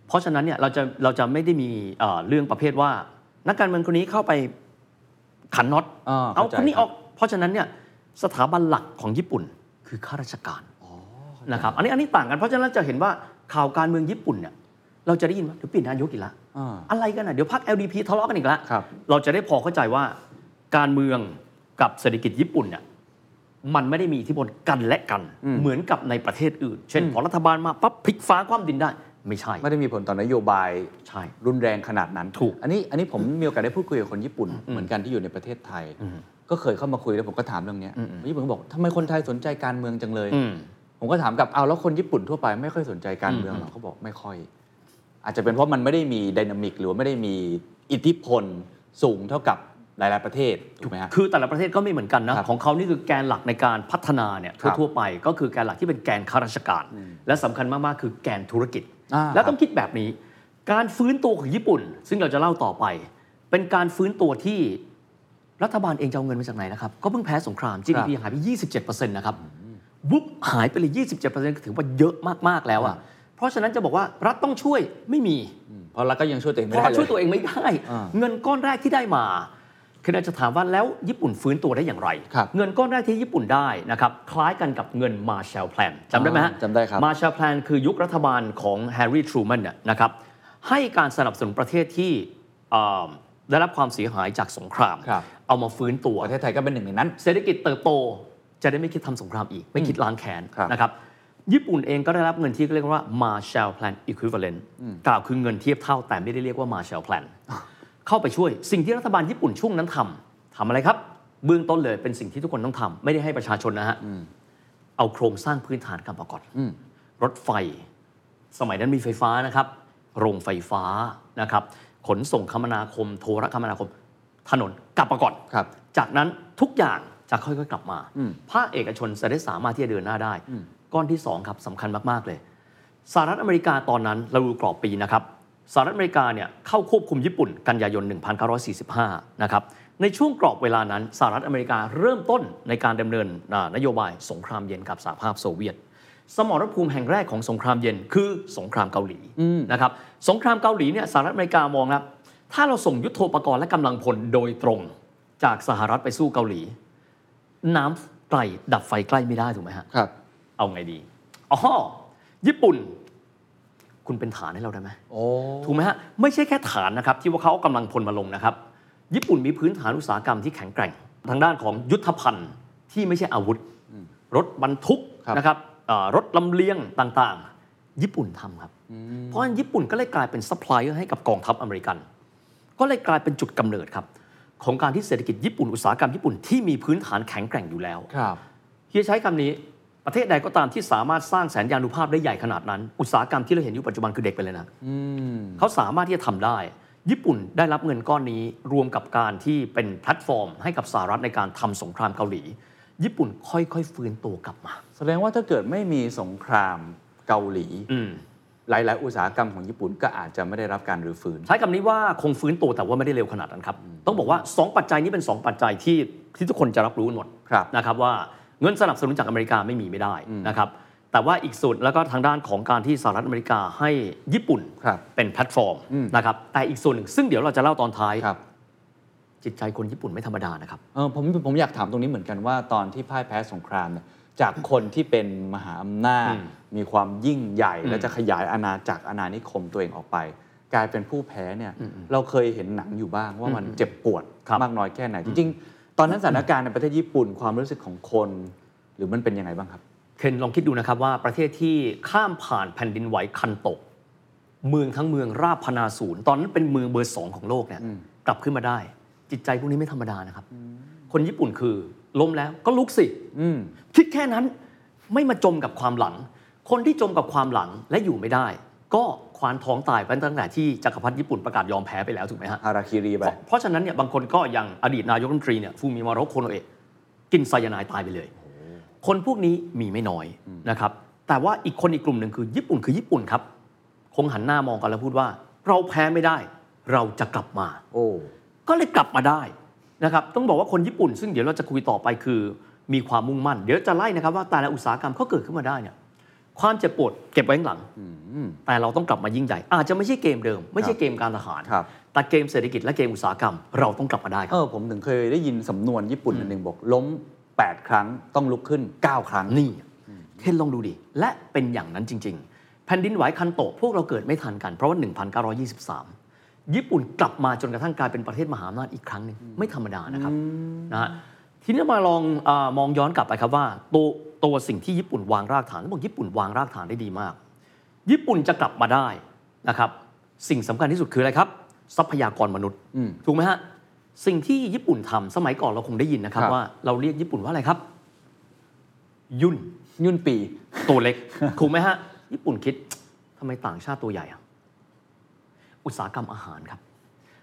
Speaker 2: เพราะฉะนั้นเนี่ยเราจะเราจะไม่ได้มีเอ่อเรื่องประเภทว่า นักการเมืองคนนี้เข้าไปขันน็อต
Speaker 3: อ่า
Speaker 2: เอา
Speaker 3: เข้าใจ
Speaker 2: คนนี้
Speaker 3: ครั
Speaker 2: อบ อก เพราะฉะนั้นเนี่ยสถาบันหลักของญี่ปุ่นคือข้าราชการนะครับอันนี้อันนี้ต่างกันเพราะฉะนั้นจะเห็นว่าข่าวการเมืองญี่ปุ่นเนี่ยเราจะได้ยินว่าเดี๋ยวเปลี่ยนนายกอีกละ
Speaker 3: อ่า
Speaker 2: อะไรกันอ่ะ เดี๋ยวพัก LDP ทะเลาะกันอีกแล้ว
Speaker 3: ครับ
Speaker 2: เราจะได้พอเข้าใจว่าการเมืองกับเศรษฐกิจญี่ปุ่นเนี่ยมันไม่ได้มีอิทธิพลกันและกัน เหมือนกับในประเทศอื่น เช่น พอรัฐบาลมาปั๊บพลิกฟ้าคว่ำดินได้ ไม่ใช่
Speaker 3: ไม่ได้มีผลต่อนโยบาย
Speaker 2: ใช่
Speaker 3: รุนแรงขนาดนั้น
Speaker 2: ถูก
Speaker 3: อันนี้ อันนี้ผมมีโอกาสได้พูดคุยกับคนญี่ปุ่น เหมือนกันที่อยู่ในประเทศไทย ก็เคยเข้ามาคุยแล้วผมก็ถามเรื่องเนี้ยญี่ปุ่นก็บอกทำไมคนไทยสนใจการเมืองจังเลย
Speaker 2: อืม
Speaker 3: ผมก็ถามกลับเอาแล้วคนญี่ปุ่นทั่วไปไม่ค่อยสนใจการเมืองหรอเขาบอกไม่ค่อย อาจจะเป็นเพราะมันไม่ได้มีไดินามิกหรือว่าไม่ได้มีอิทธิพลสูงเท่ากับหลาย ๆ ประเทศถูกไหมฮะ
Speaker 2: คือแต่ละประเทศก็ไม่เหมือนกันนะ
Speaker 3: ครับ
Speaker 2: ของเขานี่คือแกนหลักในการพัฒนาเนี่ย
Speaker 3: ครับ
Speaker 2: ทั่วๆไปก็คือแกนหลักที่เป็นแกนข้าราชการ และสำคัญมาก ๆ คือแกนธุรกิจ
Speaker 3: อ่า
Speaker 2: และต้องคิดแบบนี้ การฟื้นตัวของญี่ปุ่น ซึ่งเราจะเล่าต่อไป เป็นการฟื้นตัวที่รัฐบาลเองจะเอาเงินมาจากไหนนะครับ ก็เพิ่งแพ้สงคราม GDP หายไป 27%นะครับวุบหายไปเลย 27%ก็ถือว่าเยอะมาก ๆ แล้วอ่ะ
Speaker 3: อ่
Speaker 2: เพราะฉะนั้นจะบอกว่ารัฐต้องช่วยไม่มี
Speaker 3: เพราะเราก็ยังช่วยตัวเอง
Speaker 2: เพ
Speaker 3: ไม่
Speaker 2: ราะ
Speaker 3: ได้
Speaker 2: เรา
Speaker 3: เล
Speaker 2: ช่วย
Speaker 3: ย
Speaker 2: ตัวเองไม่ได้
Speaker 3: อ่า
Speaker 2: เงินก้อนแรกที่ได้มาคือเราจะถามว่าแล้วญี่ปุ่นฟื้นตัวได้อย่างไร
Speaker 3: ครับ
Speaker 2: เงินก้อนแรกที่ญี่ปุ่นได้นะครับคล้ายกันกับเงินมาแชลแพลนจำได้ไหมฮะ
Speaker 3: อ่าจำได้ครับ
Speaker 2: มาแชลแพลนคือยุครัฐบาลของแฮร์รี่ทรูแมนเนี่ยนะครับให้การสนับสนุนประเทศที่เอ่อได้รับความเสียหายจากสงคราม
Speaker 3: ครับ
Speaker 2: เอามาฟื้นตัว
Speaker 3: ประเทศไทยก็เป็นหนึ่งในนั้น
Speaker 2: เศรษฐกิจเติบโตจะได้ไม่คิดทำสงครามอีก ไม่คิดล้างแค้น
Speaker 3: ครับ
Speaker 2: นะครับญี่ปุ่นเองก็ได้รับเงินที่เรียกว่า Marshall Plan Equivalent กล่าวคือเงินเทียบเท่าแต่ไม่ได้เรียกว่า Marshall Plan เข้าไปช่วย สิ่งที่รัฐบาลญี่ปุ่นช่วงนั้นทำทำอะไรครับ เบื้องต้นเลยเป็นสิ่งที่ทุกคนต้องทำไม่ได้ให้ประชาชนนะฮะเอาโครงสร้างพื้นฐานกลับมาก่อน
Speaker 3: อืม
Speaker 2: รถไฟ สมัยนั้นมีไฟฟ้านะครับ โรงไฟฟ้านะครับ ขนส่งคมนาคม โทรคมนาคม ถนนกลับมาก่อน
Speaker 3: ครับ
Speaker 2: จากนั้นทุกอย่างจะค่อยๆกลับมา
Speaker 3: อืม
Speaker 2: ภาคเอกชนจะได้สามารถที่จะเดินหน้าได้
Speaker 3: อืม
Speaker 2: ก้อนที่สองครับสำคัญมากๆเลย สหรัฐอเมริกาตอนนั้นเราดูกรอบปีนะครับสหรัฐอเมริกาเนี่ยเข้าควบคุมญี่ปุ่นกันยายน 1945 นะครับ ในช่วงกรอบเวลานั้นสหรัฐอเมริกาเริ่มต้นในการดำเนินอ่านโยบายสงครามเย็นกับสหภาพโซเวียต สมรภูมิแห่งแรกของสงครามเย็นคือสงครามเกาหลีนะครับสงครามเกาหลีเนี่ยสหรัฐอเมริกามองนะถ้าเราส่งยุโทโธปกรณ์และกำลังพลโดยตรงจากสหรัฐไปสู้เกาหลี น้ำไกลดับไฟใกล้ไม่ได้ถูกไหมฮะ
Speaker 3: ครับ
Speaker 2: เอาไงดีอ๋อญี่ปุ่น คุณเป็นฐานให้เราได้ไหม
Speaker 3: โอ้
Speaker 2: ถูกไหมฮะ ไม่ใช่แค่ฐานนะครับที่ว่าเขาเอากำลังพลมาลงนะครับ ญี่ปุ่นมีพื้นฐานอุตสาหกรรมที่แข็งแกร่ง ทางด้านของยุทธภัณฑ์ที่ไม่ใช่อาวุธ รถบรรทุกนะครับเอ่อรถลำเลียงต่างๆ ญี่ปุ่นทำครับ เพราะฉะนั้นญี่ปุ่นก็เลยกลายเป็นซัพพลายเออร์ให้กับกองทัพอเมริกัน ก็เลยกลายเป็นจุดกำเนิดครับของการที่เศรษฐกิจญี่ปุ่นอุตสาหกรรมญี่ปุ่นที่มีพื้นฐานแข็งแกร่งอยู่แล้ว
Speaker 3: ครับ
Speaker 2: เฮียใช้คำนี้ประเทศใดก็ตามที่สามารถสร้างแสนยานุภาพได้ใหญ่ขนาดนั้น อุตสาหกรรมที่เราเห็นอยู่ปัจจุบันคือเด็กไปเลยนะ
Speaker 3: อืม
Speaker 2: เขาสามารถที่จะทำได้ ญี่ปุ่นได้รับเงินก้อนนี้รวมกับการที่เป็นแพลตฟอร์ม ให้กับสหรัฐในการทำสงครามเกาหลี ญี่ปุ่นค่อยๆ ฟื้นตัวกลับมา
Speaker 3: แสดงว่าถ้าเกิดไม่มีสงครามเกาหลี
Speaker 2: อืม
Speaker 3: หลาย ๆ อุตสาหกรรมของญี่ปุ่นก็อาจจะไม่ได้รับการรื้อฟื้น
Speaker 2: ใช้คำนี้ว่าคงฟื้นตัวแต่ว่าไม่ได้เร็วขนาดนั้นครับต้องบอกว่าสองปัจจัยนี้เป็นสองปัจจัยที่ที่ทุกคนจะรับรู้หมด
Speaker 3: ครับ
Speaker 2: นะครับว่าเงินสนับสนุนจากอเมริกาไม่มีไม่ได้นะครับแต่ว่าอีกส่วนแล้วก็ทางด้านของการที่สหรัฐอเมริกาให้ญี่ปุ่น
Speaker 3: ครับ
Speaker 2: เป็นแพลตฟอร์ม
Speaker 3: อืม
Speaker 2: นะครับแต่อีกส่วนหนึ่งซึ่งเดี๋ยวเราจะเล่าตอนท้าย
Speaker 3: ครับ
Speaker 2: จิตใจคนญี่ปุ่นไม่ธรรมดานะครับ
Speaker 3: เออผมผมอยากถามตรงนี้เหมือนกันว่าตอนที่พ่ายแพ้สงครามเนี่ยจากคนที่เป็นมหาอำนาจ
Speaker 2: อืม
Speaker 3: มีความยิ่งใหญ่
Speaker 2: อืม
Speaker 3: และจะขยายอาณาจักรอาณานิคมตัวเองออกไป กลายเป็นผู้แพ้เนี่ยเราเคยเห็นหนังอยู่บ้างว่ามันเจ็บปวด
Speaker 2: ครับ
Speaker 3: มากน้อยแค่ไหน จริง ๆ ตอนนั้นสถานการณ์ในประเทศญี่ปุ่นความรู้สึกของคน หรือมันเป็นยังไงบ้างครับ
Speaker 2: เคนลองคิดดูนะครับว่าประเทศที่ข้ามผ่านแผ่นดินไหวคันโตก เมืองทั้งเมืองราบพนาศูนย์ตอนนั้นเป็นเมืองเบอร์สองของโลกเนี่ย
Speaker 3: อืม
Speaker 2: กลับขึ้นมาได้ จิตใจพวกนี้ไม่ธรรมดานะครับ คนญี่ปุ่นคือล้มแล้วก็ลุกสิ
Speaker 3: อืม
Speaker 2: คิดแค่นั้นไม่มาจมกับความหลัง คนที่จมกับความหลังและอยู่ไม่ได้ ก็ควานท้องตายไปตั้งแต่ที่จักรพรรดิญี่ปุ่นประกาศยอมแพ้ไปแล้วถูกไหมฮะ
Speaker 3: ฮาราคิรีไป
Speaker 2: เพราะเพราะฉะนั้นเนี่ยบางคนก็อย่างอดีตนายกรัฐมนตรีเนี่ยฟูมิมาโรโคโนเอะกินไซยาไนด์ตายไปเลย คนพวกนี้มีไม่น้อยนะครับ แต่ว่าอีกคนอีกกลุ่มหนึ่งคือญี่ปุ่นคือญี่ปุ่นครับ คงหันหน้ามองกันแล้วพูดว่า เราแพ้ไม่ได้ เราจะกลับมา
Speaker 3: โอ้
Speaker 2: ก็เลยกลับมาได้นะครับ ต้องบอกว่าคนญี่ปุ่น ซึ่งเดี๋ยวเราจะคุยต่อไปคือมีความมุ่งมั่น เดี๋ยวจะไล่นะครับว่าแต่ละอุตสาหกรรมเขาเกิดขึ้นมาได้เนี่ยความเจ็บปวดเก็บไว้ข้างหลัง แต่เราต้องกลับมายิ่งใหญ่อาจจะไม่ใช่เกมเดิม ไม่ใช่เกมการทหาร
Speaker 3: ครับ
Speaker 2: แต่เกมเศรษฐกิจและเกมอุตสาหกรรม เราต้องกลับมาได้ค
Speaker 3: เอ
Speaker 2: รับ
Speaker 3: อผมถึงเคยได้ยินสำนวนญี่ปุ่นอันหนึ่งบอกล้ม 8 ครั้งต้องลุกขึ้น 9 ครั้ง
Speaker 2: นี่เคนลองดูดิและเป็นอย่างนั้นจริง ๆ แผ่นดินไหวคันโตะพวกเราเกิดไม่ทันกันเพราะว่า1923 ญี่ปุ่นกลับมาจนกระทั่งกลายเป็นประเทศมหาอำนาจอีกครั้งหนึ่งไม่ธรรมดานะครับ นะฮะทีนี้มาลองเออมองย้อนกลับไปครับว่าตัวตัวสิ่งที่ญี่ปุ่นวางรากฐานต้องบอกญี่ปุ่นวางรากฐานได้ดีมาก ญี่ปุ่นจะกลับมาได้นะครับ สิ่งสำคัญที่สุดคืออะไรครับ ทรัพยากรมนุษย์
Speaker 3: อืม
Speaker 2: ถูกไหมฮะสิ่งที่ญี่ปุ่นทำสมัยก่อนเราคงได้ยินนะครับ
Speaker 3: ครับ
Speaker 2: ว่าเราเรียกญี่ปุ่นว่าอะไรครับ ยุ่น
Speaker 3: ยุ่นปี
Speaker 2: ตัว *laughs* เล็ก ถูกไหมฮะญี่ปุ่นคิดทำไมต่างชาติตัวใหญ่อะอุตสาหกรรมอาหารครับ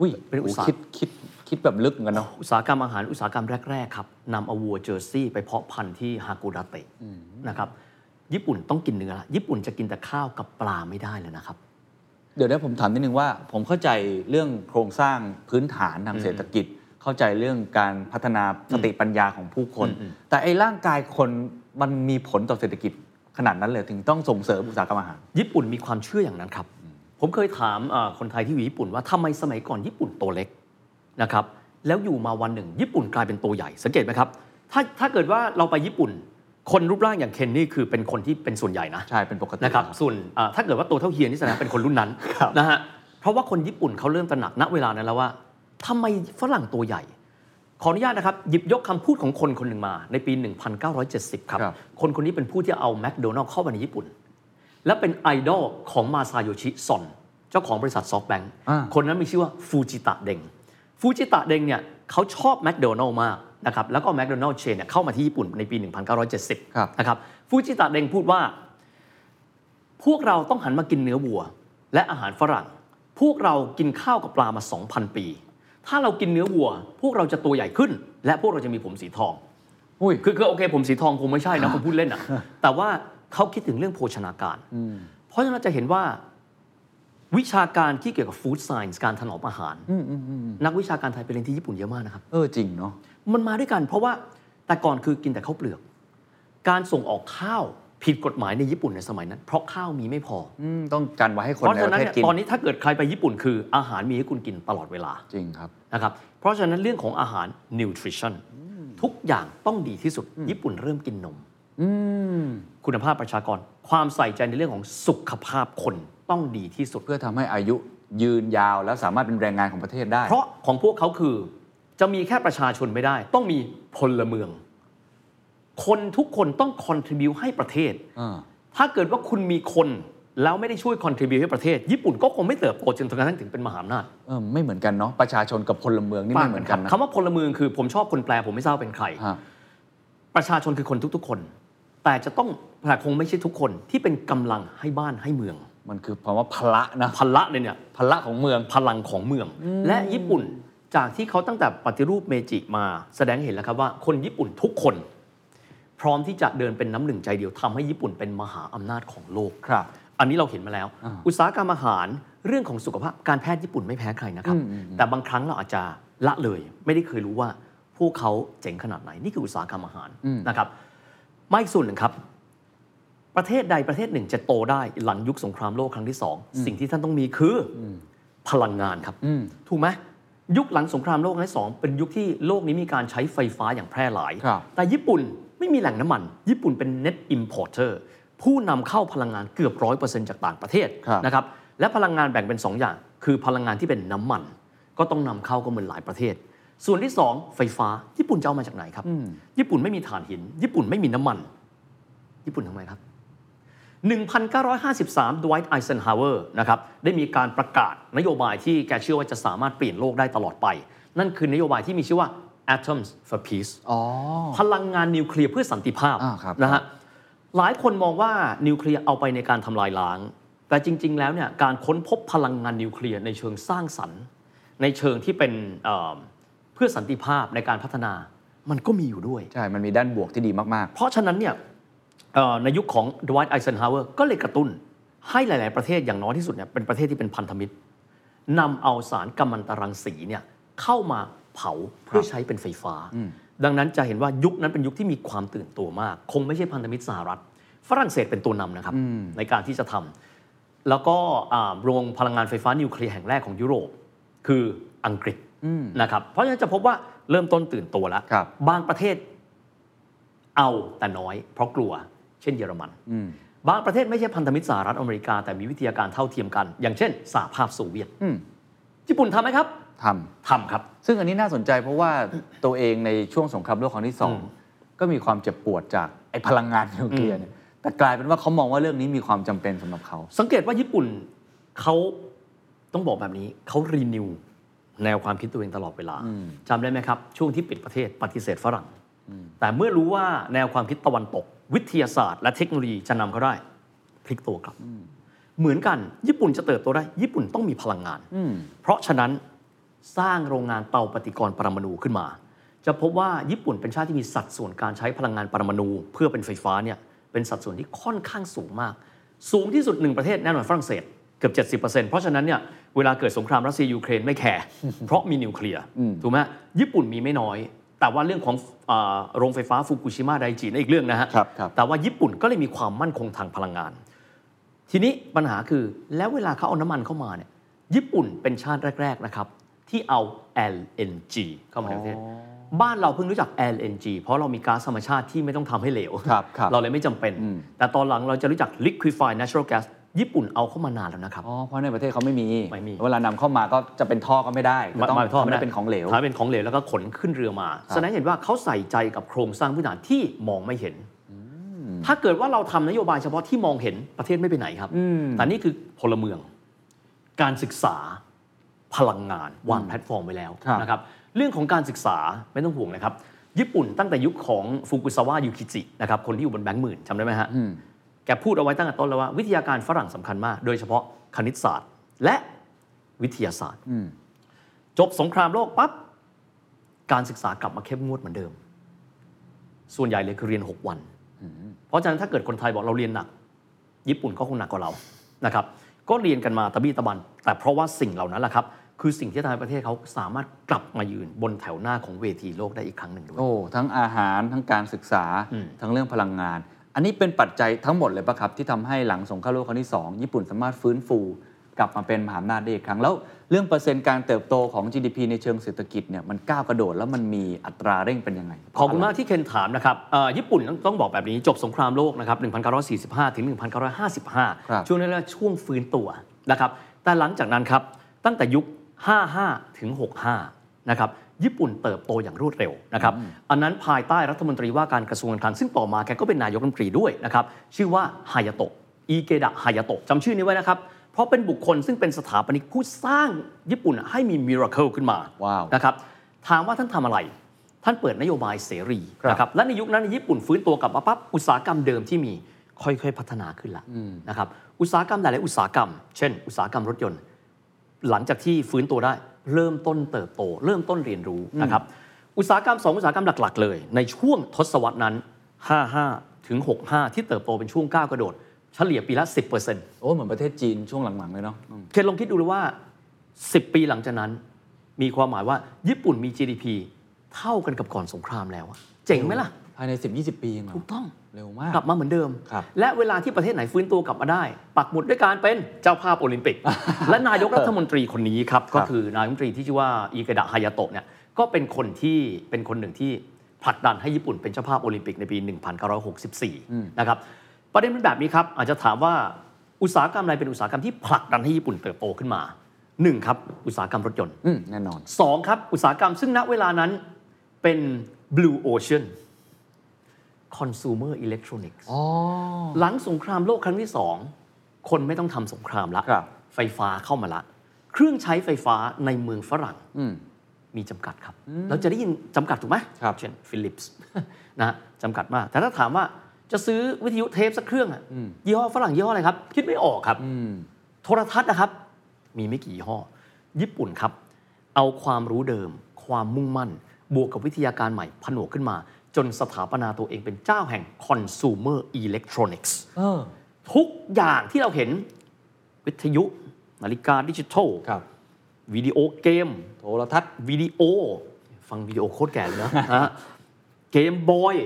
Speaker 3: อุ้ย
Speaker 2: เป็นอุตสาห
Speaker 3: คิดคิดคิดแบบลึกเหมือนกันเนาะ
Speaker 2: อุตสาหกรรมอาหารอุตสาหกรรมแรก ๆ ครับนำเอาวัวเจอร์ซี่ไปเพาะพันธุ์ที่ฮากุดาเตะนะครับญี่ปุ่นต้องกินเนื้อละญี่ปุ่นจะกินแต่ข้าวกับปลาไม่ได้แล้วนะครับ
Speaker 3: เดี๋ยวนะผมถามนิดนึงว่า ผมเข้าใจเรื่องโครงสร้างพื้นฐานทางเศรษฐกิจ เข้าใจเรื่องการพัฒนาสติปัญญาของผู้คน แต่ไอ้ร่างกายคนมันมีผลต่อเศรษฐกิจขนาดนั้นเลยถึงต้องส่งเสริมอุตสาหกรรมอาหาร
Speaker 2: ญี่ปุ่นมีความเชื่ออย่างนั้นครับ ผมเคยถามเอ่อคนไทยที่อยู่ญี่ปุ่นว่าทำไมสมัยก่อนญี่ปุ่นตัวเล็กนะครับแล้วอยู่มาวันหนึ่ง ญี่ปุ่นกลายเป็นตัวใหญ่สังเกตไหมครับถ้าถ้าเกิดว่าเราไปญี่ปุ่น คนรูปร่างอย่างเคนนี่คือเป็นคนที่เป็นส่วนใหญ่นะ
Speaker 3: ใช่เป็นปกติ
Speaker 2: นะครับส่วนเอ่อถ้าเกิดว่าตัวเท่าเฮียนี่แสดงว่าเป็นคนรุ่นนั้น
Speaker 3: ครับ
Speaker 2: นะฮะเพราะว่าคนญี่ปุ่นเขาเริ่มตระหนักณเวลานั้นแล้วว่าทำไมฝรั่งตัวใหญ่ ขออนุญาตนะครับ หยิบยกคำพูดของคนคนหนึ่งมา ในปี 1970 ครับ
Speaker 3: ครับ
Speaker 2: คนคนนี้เป็นผู้ที่เอาแมคโดนัลด์เข้ามาในญี่ปุ่น และเป็นไอดอลของมาซาโยชิซอน เจ้าของบริษัทซอฟแบงค์
Speaker 3: อ่า
Speaker 2: คนนั้นมีชื่อว่าฟูจิตะเดงฟูจิตะเดงเนี่ยเขาชอบแมคโดนัลล์มากนะครับแล้วก็แมคโดนัลล์เชนเนี่ยเข้ามาที่ญี่ปุ่นในปี 1970
Speaker 3: ครับ
Speaker 2: นะครับฟูจิตะเดงพูดว่า พวกเราต้องหันมากินเนื้อวัว และอาหารฝรั่ง พวกเรากินข้าวกับปลามา 2,000 ปี ถ้าเรากินเนื้อวัว พวกเราจะตัวใหญ่ขึ้น และพวกเราจะมีผมสีทอง
Speaker 3: อุ้ย
Speaker 2: คือคือโอเค ผมสีทองคงไม่ใช่
Speaker 3: *laughs*
Speaker 2: นะ ผมพูดเล่นอ่ะ แต่ว่าเขาคิดถึงเรื่องโภชนาการ เพราะฉะนั้นจะเห็นว่าวิชาการที่เกี่ยวกับฟู้ดไซน์การถนอมอาหาร นักวิชาการไทยไปเรียนที่ญี่ปุ่นเยอะมากนะครับ
Speaker 3: เออจริงเนาะ
Speaker 2: มันมาด้วยกันเพราะว่าแต่ก่อนคือกินแต่ข้าวเปลือก การส่งออกข้าวผิดกฎหมายในญี่ปุ่นในสมัยนั้น เพราะข้าวมีไม่พอ
Speaker 3: อืมต้องกันไว้ให้คน
Speaker 2: เพราะ
Speaker 3: ใน
Speaker 2: ฉะ
Speaker 3: ประ
Speaker 2: นั้น
Speaker 3: เทศ
Speaker 2: เนี่ย
Speaker 3: กิน
Speaker 2: ตอนนี้ถ้าเกิดใครไปญี่ปุ่นคืออาหารมีให้คุณกินตลอดเวลา
Speaker 3: จริงครับ
Speaker 2: นะครับ เพราะฉะนั้นเรื่องของอาหาร nutrition ทุกอย่างต้องดีที่สุด ญี่ปุ่นเริ่มกินนม
Speaker 3: อืม
Speaker 2: คุณภาพประชากร ความใส่ใจในเรื่องของสุขภาพคนต้องดีที่สุด
Speaker 3: เพื่อทำให้อายุยืนยาวแล้วสามารถเป็นแรงงานของประเทศได้
Speaker 2: เพราะของพวกเขาคือจะมีแค่ประชาชนไม่ได้ ต้องมีพลเมือง คนทุกคนต้อง contribu ให้ประเทศ
Speaker 3: อ่า
Speaker 2: ถ้าเกิดว่าคุณมีคนแล้วไม่ได้ช่วย contribu ให้ประเทศ ญี่ปุ่นก็คงไม่เติบโตจนกระทั่งถึงเป็นมหาอำนาจ
Speaker 3: เออไม่เหมือนกันเนาะประชาชนกับพลเมืองนี่ไม่เหมือนกันนะ
Speaker 2: คำว่าพลเมืองคือผมชอบคนแปลผมไม่ทราบเป็นใคร
Speaker 3: ฮะ
Speaker 2: ประชาชนคือคนทุกๆคน แต่จะต้องแต่คงไม่ใช่ทุกคนที่เป็นกำลังให้บ้านให้เมือง
Speaker 3: มันคือคำว่าพละนะ
Speaker 2: พละเลยเนี่ย
Speaker 3: พละของเมือง
Speaker 2: พลังของเมือง และญี่ปุ่นจากที่เขาตั้งแต่ปฏิรูปเมจิมา แสดงให้เห็นแล้วครับว่าคนญี่ปุ่นทุกคน พร้อมที่จะเดินเป็นน้ำหนึ่งใจเดียวทำให้ญี่ปุ่นเป็นมหาอำนาจของโลก
Speaker 3: ครับ
Speaker 2: อันนี้เราเห็นมาแล้ว
Speaker 3: อ่า
Speaker 2: อุตสาหกรรมอาหารเรื่องของสุขภาพการแพทย์ญี่ปุ่นไม่แพ้ใครนะครับ
Speaker 3: อืมอืม
Speaker 2: แต่บางครั้งเราอาจจะละเลย ไม่ได้เคยรู้ว่าพวกเขาเจ๋งขนาดไหน นี่คืออุตสาหกรรมอาหารนะครับมาอีกส่วนหนึ่งครับ ประเทศใดประเทศหนึ่งจะโตได้หลังยุคสงครามโลกครั้งที่สองสิ่งที่ท่านต้องมีคืออพลังงานครับ
Speaker 3: อืม
Speaker 2: ถูกไหมยุคหลังสงครามโลกครั้งที่สองเป็นยุคที่โลกนี้มีการใช้ไฟฟ้าอย่างแพร่หลาย
Speaker 3: ครับ
Speaker 2: แต่ญี่ปุ่นไม่มีแหล่งน้ำมัน ญี่ปุ่นเป็น net importer ผู้นำเข้าพลังงานเกือบร้อยเปอร์เซ็นต์จากต่างประเทศ
Speaker 3: ครับ
Speaker 2: นะครับและพลังงานแบ่งเป็น 2 อย่าง คือพลังงานที่เป็นน้ำมัน ก็ต้องนำเข้าก็เหมือนหลายประเทศ ส่วนที่ 2 ไฟฟ้าญี่ปุ่นจะเอามาจากไหนครับ ญี่ปุ่นไม่มีถ่านหิน ญี่ปุ่นไม่มีน้ำมัน ญี่ปุ่นทำไมครับ 1953ดไวท์ไอเซนฮาวเวอร์นะครับได้มีการประกาศนโยบายที่แกเชื่อว่าจะสามารถเปลี่ยนโลกได้ตลอดไป นั่นคือนโยบายที่มีชื่อว่า Atoms for Peace
Speaker 3: อ๋อ
Speaker 2: พลังงานนิวเคลียร์เพื่อสันติภาพ
Speaker 3: อ่าครับ
Speaker 2: นะฮะหลายคนมองว่านิวเคลียร์เอาไปในการทำลายล้าง แต่จริง ๆ แล้วเนี่ยการค้นพบพลังงานนิวเคลียร์ในเชิงสร้างสรรค์ ในเชิงที่เป็นเอ่อเพื่อสันติภาพในการพัฒนามันก็มีอยู่ด้วย
Speaker 3: ใช่ มันมีด้านบวกที่ดีมาก
Speaker 2: เพราะฉะนั้นเนี่ยเอ่อในยุคของดวัตไอเซนฮาวเวอร์ก็เลยกระตุ้นให้หลาย ๆ ประเทศอย่างน้อยที่สุดเนี่ยเป็นประเทศที่เป็นพันธมิตรนำเอาสารกัมมันตรังสีเนี่ยเข้ามาเผาเพื่อใช้เป็นไฟฟ้า ดังนั้นจะเห็นว่ายุคนั้นเป็นยุคที่มีความตื่นตัวมาก คงไม่ใช่พันธมิตรสหรัฐ ฝรั่งเศสเป็นตัวนำนะครับ ในการที่จะทำแล้วก็อ่าโรงพลังงานไฟฟ้านิวเคลียร์แห่งแรกของยุโรป คืออังกฤษนะครับเพราะฉะนั้นจะพบว่าเริ่มต้นตื่นตัวแล้ว
Speaker 3: ครับ
Speaker 2: งประเทศ เอาแต่น้อยเพราะกลัว เช่นเยอรมัน บางประเทศไม่ใช่พันธมิตรสหรัฐอเมริกา แต่มีวิทยาการเท่าเทียมกัน อย่างเช่นสหภาพโซเวียต
Speaker 3: อืม
Speaker 2: ญี่ปุ่นทำไหมครับ
Speaker 3: ๆทำ
Speaker 2: ทำครับ
Speaker 3: ซึ่งอันนี้น่าสนใจเพราะว่าตัวเองในช่วงสงครามโลกครั้งที่สองก็มีความเจ็บปวดจากไอ้พลังงานนิวเคลียร์เนี่ยแต่กลายเป็นว่าเขามองว่าเรื่องนี้มีความจำเป็นสำหรับเขา
Speaker 2: สังเกตว่าญี่ปุ่นเขาต้องบอกแบบนี้เขารีนิวแนวความคิดตัวเองตลอดเวลาจำได้ไหมครับ ช่วงที่ปิดประเทศปฏิเสธฝรั่ง แต่เมื่อรู้ว่าแนวความคิดตะวันตก วิทยาศาสตร์ และเทคโนโลยีจะนำเขาได้ พลิกตัวกลับ เหมือนกันญี่ปุ่นจะเติบโตได้ ญี่ปุ่นต้องมีพลังงาน เพราะฉะนั้นสร้างโรงงานเตาปฏิกรณ์ปรมาณูขึ้นมา จะพบว่าญี่ปุ่นเป็นชาติที่มีสัดส่วนการใช้พลังงานปรมาณูเพื่อเป็นไฟฟ้าเนี่ยเป็นสัดส่วนที่ค่อนข้างสูงมาก สูงที่สุดหนึ่งประเทศแน่นอนฝรั่งเศสเกือบ70%เพราะฉะนั้นเนี่ยเวลาเกิดสงครามรัสเซียยูเครนไม่แคร์ เพราะมีนิวเคลียร์ถูกไหมญี่ปุ่นมีไม่น้อย แต่ว่าเรื่องของอาโรงไฟฟ้าฟุกุชิมะไดจินั่นอีกเรื่องนะฮะ
Speaker 3: ครับครับ
Speaker 2: แต่ว่าญี่ปุ่นก็เลยมีความมั่นคงทางพลังงาน ทีนี้ปัญหาคือแล้วเวลาเขาเอาน้ำมันเข้ามาเนี่ยญี่ปุ่นเป็นชาติแรก ๆ นะครับ ที่เอา LNG เข้ามาในประเทศ บ้านเราเพิ่งรู้จัก LNG เพราะเรามีก๊าซธรรมชาติที่ไม่ต้องทำให้เหลว
Speaker 3: ครับครับ
Speaker 2: เราเลยไม่จำเป็น แต่ตอนหลังเราจะรู้จัก liquefied natural gas ญี่ปุ่นเอาเข้ามานานแล้วนะครับ
Speaker 3: อ๋อเพราะในประเทศเขาไม่มี
Speaker 2: ไม่มี
Speaker 3: เวลานำเข้ามาก็จะเป็นท่อก็ไม่ได้ก็ต้อง
Speaker 2: หายความ
Speaker 3: ทำ
Speaker 2: ว่า
Speaker 3: ให้เป็นของเหลว
Speaker 2: ทำให้เป็นของเหลวแล้วก็ขนขึ้นเรือมาแสดงให้เห็นว่าเขาใส่ใจกับโครงสร้างพื้นฐานที่มองไม่เห็น ถ้าเกิดว่าเราทำนโยบายเฉพาะที่มองเห็นประเทศไม่ไปไหนครับ แต่นี่คือพลเมือง การศึกษาพลังงานวางแพลตฟอร์มไว้แล้ว
Speaker 3: ครับ
Speaker 2: นะครับเรื่องของการศึกษาไม่ต้องห่วงนะครับ ญี่ปุ่นตั้งแต่ยุคของฟุกุซาวะยูกิจินะครับคนที่อยู่บนแบงค์หมื่นจำได้ไหมฮะ แกพูดเอาไว้ตั้งแต่ต้นแล้วว่าวิทยาการฝรั่งสำคัญมาก โดยเฉพาะคณิตศาสตร์ และวิทยาศาสตร์
Speaker 3: อืม
Speaker 2: จบสงครามโลกปั๊บ การศึกษากลับมาเข้มงวดเหมือนเดิม ส่วนใหญ่เลยคือเรียน 6 วัน เพราะฉะนั้นถ้าเกิดคนไทยบอกเราเรียนหนัก ญี่ปุ่นก็คงหนักกว่าเรานะครับก็เรียนกันมาตะบี้ตะบัน แต่เพราะว่าสิ่งเหล่านั้นแหละครับ คือสิ่งที่ทำให้ประเทศเขาสามารถกลับมายืนบนแถวหน้าของเวทีโลกได้อีกครั้งหนึ่งด้วย
Speaker 3: โอ้ ทั้งอาหารทั้งการศึกษา
Speaker 2: อืม
Speaker 3: ทั้งเรื่องพลังงาน อันนี้เป็นปัจจัยทั้งหมดเลยปะครับ ที่ทำให้หลังสงครามโลกครั้งที่ 2 ญี่ปุ่นสามารถฟื้นฟู กลับมาเป็นมหาอำนาจได้อีกครั้ง แล้วเรื่องเปอร์เซ็นต์การเติบโตของ GDP ในเชิงเศรษฐกิจเนี่ยมันก้าวกระโดดแล้วมันมีอัตราเร่งเป็นยังไง
Speaker 2: ขอบคุณมากที่เคนถามนะครับเอ่อญี่ปุ่นต้องต้องบอกแบบนี้จบสงครามโลกนะครับ 1945 ถึง
Speaker 3: ครับ
Speaker 2: 1955 ช่วงนั้นเรียกว่าช่วงฟื้นตัวนะครับ แต่หลังจากนั้นครับ ตั้งแต่ยุค 55 ถึง 65 นะครับ ญี่ปุ่นเติบโตอย่างรวดเร็วนะครับ อันนั้นภายใต้รัฐมนตรีว่าการกระทรวงการคลังซึ่งต่อมาแกก็เป็นนายกรัฐมนตรีด้วยนะครับ ชื่อว่าฮายาโตะอีเกดะฮายาโตะจำชื่อนี้ไว้นะครับ เพราะเป็นบุคคลซึ่งเป็นสถาปนิกผู้สร้างญี่ปุ่นให้มีมิราเคิลขึ้นมา
Speaker 3: ว้าว
Speaker 2: นะครับถามว่าท่านทำอะไร ท่านเปิดนโยบายเสรี
Speaker 3: ครับ
Speaker 2: นะครับ และในยุคนั้นญี่ปุ่นฟื้นตัวกลับมาปั๊บ อุตสาหกรรมเดิมที่มีค่อยๆพัฒนาขึ้นละนะครับ อุตสาหกรรมหลายๆอุตสาหกรรม เช่น อุตสาหกรรมรถยนต์ หลังจากที่ฟื้นตัวได้ เริ่มต้นเติบโต เริ่มต้นเรียนรู้นะครับ อุตสาหกรรมสองอุตสาหกรรมหลัก ๆ เลย ในช่วงทศวรรษนั้น 55 ถึง 65 ที่เติบโตเป็นช่วงก้าวกระโดด เฉลี่ยปีละ 10%
Speaker 3: โอ้เหมือนประเทศจีนช่วงหลังๆเลยเนาะอืม
Speaker 2: เคนลองคิดดูเลยว่า 10 ปีหลังจากนั้น มีความหมายว่าญี่ปุ่นมี GDP เท่ากันกับก่อนสงครามแล้วอะเจ๋งไหมล่ะ
Speaker 3: ภายใน 10 20 ปีเองเหรอ
Speaker 2: ถูกต้อง
Speaker 3: เร็วมาก
Speaker 2: กลับมาเหมือนเดิม
Speaker 3: ครับ
Speaker 2: และเวลาที่ประเทศไหนฟื้นตัวกลับมาได้ ปักหมุดด้วยการเป็นเจ้าภาพโอลิมปิก และนายกรัฐมนตรีคนนี้ครับ
Speaker 3: ครับ
Speaker 2: ก็คือนายกรัฐมนตรีที่ชื่อว่าอิเกดะฮายาโตะเนี่ยก็เป็นคนที่เป็นคนหนึ่งที่ผลักดันให้ญี่ปุ่นเป็นเจ้าภาพโอลิมปิกในปี 1964 นะครับ ประเด็นเป็นแบบนี้ครับ อาจจะถามว่าอุตสาหกรรมอะไรเป็นอุตสาหกรรมที่ผลักดันให้ญี่ปุ่นเติบโตขึ้นมาหนึ่งครับอุตสาหกรรมรถยนต์
Speaker 3: อืมแน่นอน
Speaker 2: สองครับอุตสาหกรรมซึ่งณเวลานั้นเป็น blue ocean consumer electronics
Speaker 3: อ๋อ
Speaker 2: หลังสงครามโลกครั้งที่สองคนไม่ต้องทำสงครามละ
Speaker 3: ครับ
Speaker 2: ไฟฟ้าเข้ามาละ เครื่องใช้ไฟฟ้าในเมืองฝรั่ง
Speaker 3: อืม
Speaker 2: มีจำกัดครับ เราจะได้ยินจำกัดถูกไหม
Speaker 3: ครับ
Speaker 2: เช่นฟิลิปส์ *laughs* นะฮะจำกัดมาก แต่ถ้าถามว่าจะซื้อวิทยุเทปสักเครื่องอะยี่ห้อฝรั่งยี่ห้ออะไรครับ คิดไม่ออกครับ
Speaker 3: อืม
Speaker 2: โทรทัศน์นะครับ มีไม่กี่ยี่ห้อ ญี่ปุ่นครับ เอาความรู้เดิม ความมุ่งมั่น บวกกับวิทยาการใหม่ผนวกขึ้นมา จนสถาปนาตัวเองเป็นเจ้าแห่ง consumer electronics
Speaker 3: เออ
Speaker 2: ทุกอย่างที่เราเห็นวิทยุ นาฬิกาดิจิทัล
Speaker 3: ครับ
Speaker 2: วิดีโอเกม
Speaker 3: โทรทัศน์
Speaker 2: วิดีโอ ฟังวิดีโอโคตรแก่เลยนะ *laughs* ฮะเกมบอย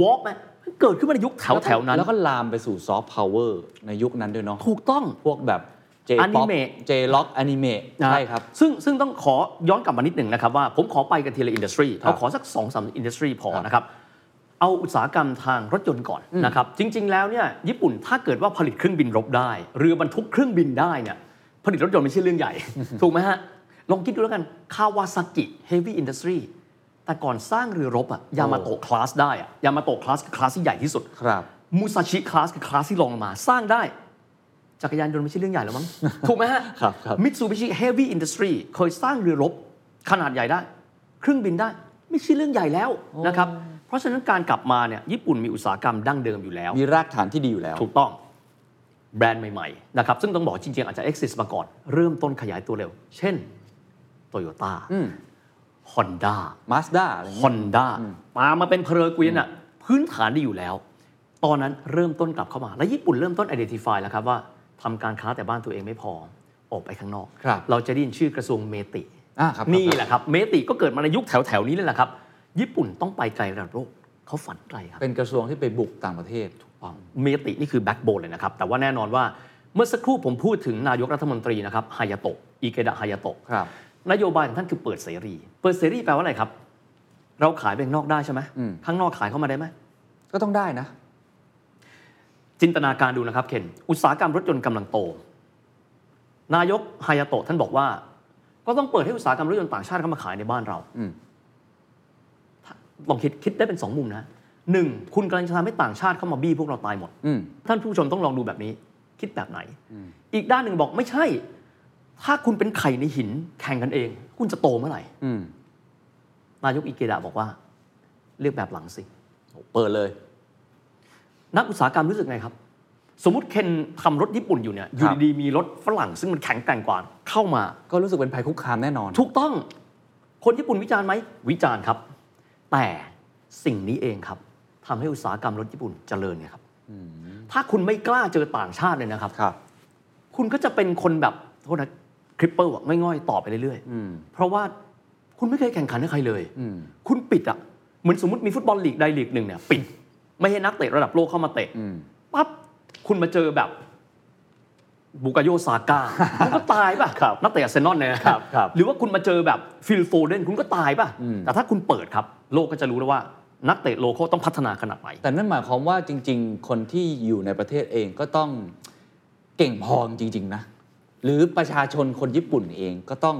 Speaker 2: วอล์กมันเกิดขึ้นมาในยุคแถวแถวๆนั้น
Speaker 3: แล้วก็ลามไปสู่ซอฟต์พาวเวอร์ในยุคนั้นด้วยเนาะ
Speaker 2: ถูกต้อง
Speaker 3: พวกแบบ j p o p
Speaker 2: Anime
Speaker 3: j r o c k Anime
Speaker 2: นะ
Speaker 3: ใช่ครับ
Speaker 2: ซึ่งซึ่งต้องขอย้อนกลับมานิดหนึ่งนะครับว่าผมขอไปกันทีละอินดัสทรี
Speaker 3: ครับ
Speaker 2: เอาขอสัก2องสามอินดัสทรีพอ
Speaker 3: ครับ
Speaker 2: นะครับ เอาอุตสาหกรรมทางรถยนต์ก่อนนะครับ จริง ๆ แล้วเนี่ยญี่ปุ่นถ้าเกิดว่าผลิตเครื่องบินรบได้ เรือบรรทุกเครื่องบินได้เนี่ยผลิตรถยนต์ไม่ใช่เรื่องใหญ่ ถูกไหมฮะ ลองคิดดูแล้วกันคาวาซากิเฮฟวี่อินดัสทรีแต่ก่อนสร้างเรือรบอะยามาโตะคลาสได้อะยามาโตะคลาสคือคลาสที่ใหญ่ที่สุด
Speaker 3: ครับ
Speaker 2: มูซาชิคลาสคือคลาสที่ลองลงมาสร้างได้ จักรยานยนต์ไม่ใช่เรื่องใหญ่
Speaker 3: *laughs*
Speaker 2: แล้วมั้ง ถูกไหมฮะ
Speaker 3: ครับครับ
Speaker 2: มิตซูบิชิเฮฟวี่อินดัสทรีเคยสร้างเรือรบ ขนาดใหญ่ได้ เครื่องบินได้ ไม่ใช่เรื่องใหญ่แล้วนะครับ เพราะฉะนั้นการกลับมาเนี่ยญี่ปุ่นมีอุตสาหกรรมดั้งเดิมอยู่แล้ว
Speaker 3: มีรากฐานที่ดีอยู่แล้ว
Speaker 2: ถูกต้องแบรนด์ใหม่ๆนะครับซึ่งต้องบอกจริงๆ อาจจะ exist มาก่อน เริ่มต้นขยายตัวเร็ว เช่น Toyota
Speaker 3: อืม
Speaker 2: Honda
Speaker 3: มาสด้าอะไร
Speaker 2: ฮ
Speaker 3: เงี้ย
Speaker 2: อนด้าตามมาเป็นเพลเกวียนอ่ะพื้นฐานได้อยู่แล้ว ตอนนั้นเริ่มต้นกลับเข้ามา และญี่ปุ่นเริ่มต้น identify แล้วครับว่าทำการค้าแต่บ้านตัวเองไม่พอ ออกไปข้างนอก
Speaker 3: ครับ
Speaker 2: เราจะได้ยินชื่อกระทรวงเมติ
Speaker 3: อ่าครับ
Speaker 2: นี่แหละครับ เมติก็เกิดมาในยุคแถวๆนี้เลยแหละครับ ญี่ปุ่นต้องไปไกลระดับโลกเขาฝันไกลครับ
Speaker 3: เป็นกระทรวงที่ไปบุกต่างประเทศ
Speaker 2: ต้องเมตินี่คือแบ็กโบนเลยนะครับ แต่ว่าแน่นอนว่าเมื่อสักครู่ผมพูดถึงนายกรัฐมนตรีนะครับฮายาโตะอิเกดะฮายาโตะ
Speaker 3: ครับ
Speaker 2: นโยบายของท่านคือเปิดเสรี เปิดเสรีแปลว่าอะไรครับ เราขายไปข้างนอกได้ใช่ไหม
Speaker 3: อืม
Speaker 2: ข้างนอกขายเข้ามาได้ไหม
Speaker 3: ก็ต้องได้นะ
Speaker 2: จินตนาการดูนะครับเคนอุตสาหกรรมรถยนต์กำลังโต นายกฮายาโตะท่านบอกว่า ก็ต้องเปิดให้อุตสาหกรรมรถยนต์ต่างชาติเข้ามาขายในบ้านเรา
Speaker 3: อืม
Speaker 2: ถ้าลองคิดคิดได้เป็นสองมุมนะหนึ่งคุณกำลังจะทำให้ต่างชาติเข้ามาบี้พวกเราตายหมด
Speaker 3: อืม
Speaker 2: ท่านผู้ชมต้องลองดูแบบนี้ คิดแบบไหน อีกด้านหนึ่งบอกไม่ใช่ ถ้าคุณเป็นไข่ในหินแข่งกันเอง คุณจะโตเมื่อไหร่
Speaker 3: อืม
Speaker 2: นายกอิเกดะบอกว่า เลือกแบบหลังสิ
Speaker 3: เปิดเลย
Speaker 2: นักอุตสาหกรรมรู้สึกไงครับ สมมติเคนทำรถญี่ปุ่นอยู่เนี่ยอยู่
Speaker 3: ครับ
Speaker 2: ดีๆมีรถฝรั่งซึ่งมันแข็งแกร่งกว่า เข้ามา
Speaker 3: ก็รู้สึกเป็นภัยคุกคามแน่นอน
Speaker 2: ถูกต้อง คนญี่ปุ่นวิจารณ์ไหม วิจารณ์ครับ แต่สิ่งนี้เองครับทำให้อุตสาหกรรมรถญี่ปุ่นเจริญเนี่ยครับถ้าคุณไม่กล้าเจอต่างชาติเลยนะครับ
Speaker 3: ครับ
Speaker 2: คุณก็จะเป็นคนแบบโทษนะคริปเปอร์อะง่อยๆ ต่อไปเรื่อย
Speaker 3: อืม
Speaker 2: ๆ เพราะว่าคุณไม่เคยแข่งขันกับใครเลย
Speaker 3: อืม
Speaker 2: คุณปิดอะเหมือนสมมติมีฟุตบอลลีกใดลีกหนึ่งเนี่ยปิด ไม่ให้นักเตะระดับโลกเข้ามาเตะ
Speaker 3: อืม
Speaker 2: ปั๊บคุณมาเจอแบบบุกาโยซา
Speaker 3: *laughs*
Speaker 2: ก้า คุณก็ตายป่ะนักเตะอาร์เซนอลเนี่ย
Speaker 3: ครับครับ
Speaker 2: หรือว่าคุณมาเจอแบบฟิลโฟเดนคุณก็ตายป่ะ
Speaker 3: อืม
Speaker 2: แต่ถ้าคุณเปิดครับ โลกก็จะรู้แล้วว่า นักเตะโลโก้ต้องพัฒนาขนาดไหน
Speaker 3: แต่นั่นหมายความว่าจริง ๆ คนที่อยู่ในประเทศเองก็ต้องเก่งพอจริง ๆ นะ หรือประชาชนคนญี่ปุ่นเองก็ต้อง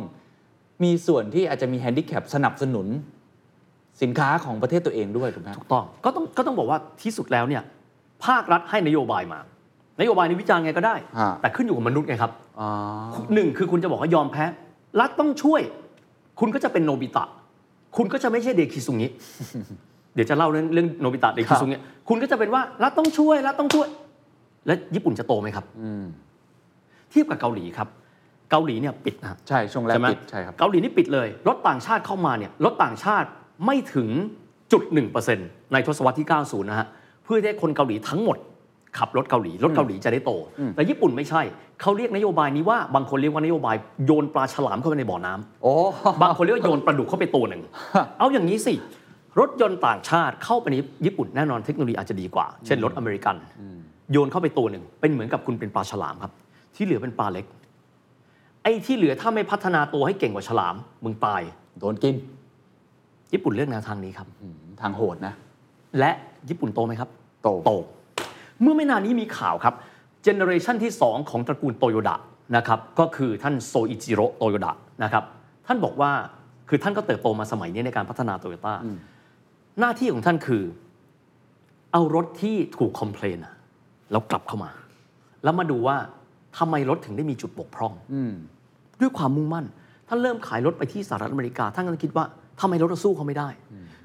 Speaker 3: มีส่วนที่อาจจะมีแฮนดิแคปสนับสนุน สินค้าของประเทศตัวเองด้วยถูกไหม
Speaker 2: ถูกต้องก็ต้องก็ต้องบอกว่าที่สุดแล้วเนี่ยภาครัฐให้นโยบายมา นโยบายนี้วิจารณ์ไงก็ได้
Speaker 3: ฮะ
Speaker 2: แต่ขึ้นอยู่กับมนุษย์ไงครับ
Speaker 3: อ๋อ
Speaker 2: หนึ่งคือคุณจะบอกว่ายอมแพ้ รัฐต้องช่วย คุณก็จะเป็นโนบิตะ คุณก็จะไม่ใช่เดคิซุงิ *laughs* เดี๋ยวจะเล่าเรื่องเรื่องโนบิตะเดคิซุงิคุณก็จะเป็นว่ารัฐต้องช่วยรัฐต้องช่วย แล้วญี่ปุ่นจะโตไหมครับ
Speaker 3: อืม
Speaker 2: เทียบกับเกาหลีครับ เกาหลีเนี่ยปิดนะฮะ
Speaker 3: ใช่ ช่วงแรก
Speaker 2: ใช่ไหม
Speaker 3: ปิด ใช่ครับ
Speaker 2: เกาหลีนี่ปิดเลยรถต่างชาติเข้ามาเนี่ยรถต่างชาติไม่ถึงจุดหนึ่งเปอร์เซ็นต์ในทศวรรษที่ 90 นะฮะเพื่อที่ให้คนเกาหลีทั้งหมด ขับรถเกาหลีรถเกาหลีจะได้โต แต่ญี่ปุ่นไม่ใช่เขาเรียกนโยบายนี้ว่าบางคนเรียกว่านโยบายโยนปลาฉลามเข้าไปในบ่อน้ำ
Speaker 3: โอ้
Speaker 2: บางคนเรียกว่าโยนปลาดุกเข้าไปตัว *laughs* หนึ่ง เอาอย่างนี้สิ รถยนต์ต่างชาติเข้าไปในญี่ปุ่นแน่นอนเทคโนโลยีอาจจะดีกว่า เช่นรถอเมริกัน โยนเข้าไปตัวหนึ่ง เป็นเหมือนกับคุณเป็นปลาฉลามครับ ที่เหลือเป็นปลาเล็ก ไอ้ที่เหลือถ้าไม่พัฒนาตัวให้เก่งกว่าฉลาม มึงตาย
Speaker 3: โดนกิน
Speaker 2: ญี่ปุ่นเลือกแนวทางนี้ครับ
Speaker 3: อืมทางโหดนะ
Speaker 2: และญี่ปุ่นโตไหมครับ
Speaker 3: โต
Speaker 2: โต เมื่อไม่นานนี้มีข่าวครับเจเนอเรชันที่ 2 ของตระกูลโตโยดะนะครับก็คือท่านโซอิจิโรโตโยดะนะครับท่านบอกว่าคือท่านก็เติบโตมาสมัยนี้ในการพัฒนาโตโยต้าหน้าที่ของท่านคือ เอารถที่ถูกคอมเพลนอะแล้วกลับเข้ามา แล้วมาดูว่าทำไมรถถึงได้มีจุดบกพร่อง
Speaker 3: อืม
Speaker 2: ด้วยความมุ่งมั่น ท่านเริ่มขายรถไปที่สหรัฐอเมริกา ท่านก็คิดว่าทำไมรถเราสู้เขาไม่ได้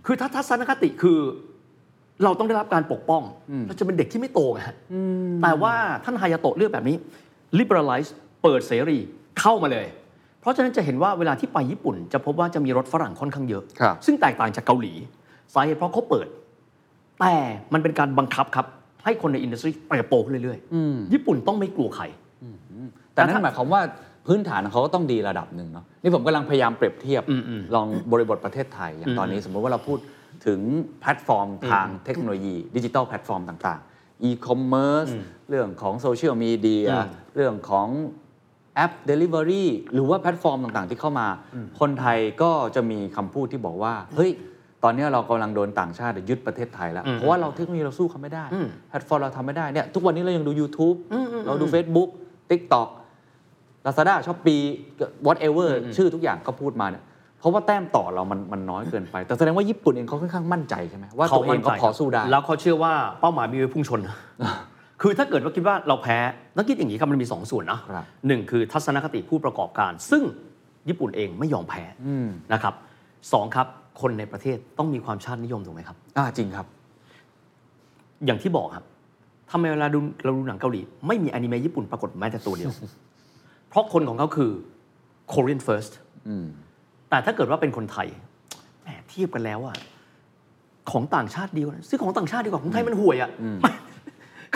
Speaker 2: คือถ้าทัศนคติคือเราต้องได้รับการปกป้อง เราจะเป็นเด็กที่ไม่โตไงฮะแต่ว่าท่านฮายาโตะเลือกแบบนี้ liberalize เปิดเสรีเข้ามาเลย เพราะฉะนั้นจะเห็นว่าเวลาที่ไปญี่ปุ่น จะพบว่าจะมีรถฝรั่งค่อนข้างเยอะ
Speaker 3: ครับ
Speaker 2: ซึ่งแตกต่างจากเกาหลีสาเหตุเพราะเขาเปิด แต่มันเป็นการบังคับครับ ให้คนในอินดัสทรีเติบโตขึ้นเรื่อยๆญี่ปุ่นต้องไม่กลัวใคร
Speaker 3: แต่นั่นหมายความว่าพื้นฐานของเขาก็ต้องดีระดับหนึ่งเนาะนี่ผมกำลังพยายามเปรียบเทียบ ลองบริบทประเทศไทย อย่างตอนนี้สมมุติว่าเราพูดถึงแพลตฟอร์มทางเทคโนโลยี ดิจิทัลแพลตฟอร์มต่างๆอีคอมเมิร์ซเรื่องของโซเชียลมีเดีย
Speaker 2: อืม
Speaker 3: เรื่องของแอป Delivery หรือว่าแพลตฟอร์มต่างๆ ที่เข้ามา คนไทยก็จะมีคำพูดที่บอกว่า เฮ้ย ตอนนี้เรากำลังโดนต่างชาติยึดประเทศไทยแล้ว เพราะว่าเราเทคโนโลยีเราสู้เขาไม่ได้ แพลตฟอร์มเราทำไม่ได้เนี่ยทุกวันนี้เรายังดู YouTube เราดู Facebook TikTok Lazada s h o p e e whatever ชื่อทุกอย่างก็พูดมาเนี่ยเพราะว่าแต้มต่อเรามันมันน้อยเกินไป แต่แสดงว่าญี่ปุ่นเองเขาค่อนข้างมั่นใจใช่ไหมว่าตัวเองก็พอสู้ได้
Speaker 2: แล้วเขาเชื่อว่าเป้าหมายมีไว้พุ่งชน คือถ้าเกิดว่าคิดว่าเราแพ้ต้องคิดอย่างนี้ครับมันมีสองส่วนนะครับ หนึ่งคือทัศนคติผู้ประกอบการ ซึ่งญี่ปุ่นเองไม่ยอมแพ้
Speaker 3: อืม
Speaker 2: นะครับสองครับ คนในประเทศต้องมีความชาตินิยมถูกไหมครับ
Speaker 3: อ่าจริงครับ
Speaker 2: อย่างที่บอกครับทำไมเวลาดูเราดูหนังเกาหลี ไม่มีอนิเมะญี่ปุ่นปรากฏแม้แต่ตัว
Speaker 3: *laughs*
Speaker 2: เดียว เพราะคนของเขาคือ Korean first
Speaker 3: อืม
Speaker 2: แต่ถ้าเกิดว่าเป็นคนไทยแหมเทียบกันแล้วอะของต่างชาติดีกว่านะซื้อของต่างชาติดีกว่าของไทยมันห่วย *laughs* อะ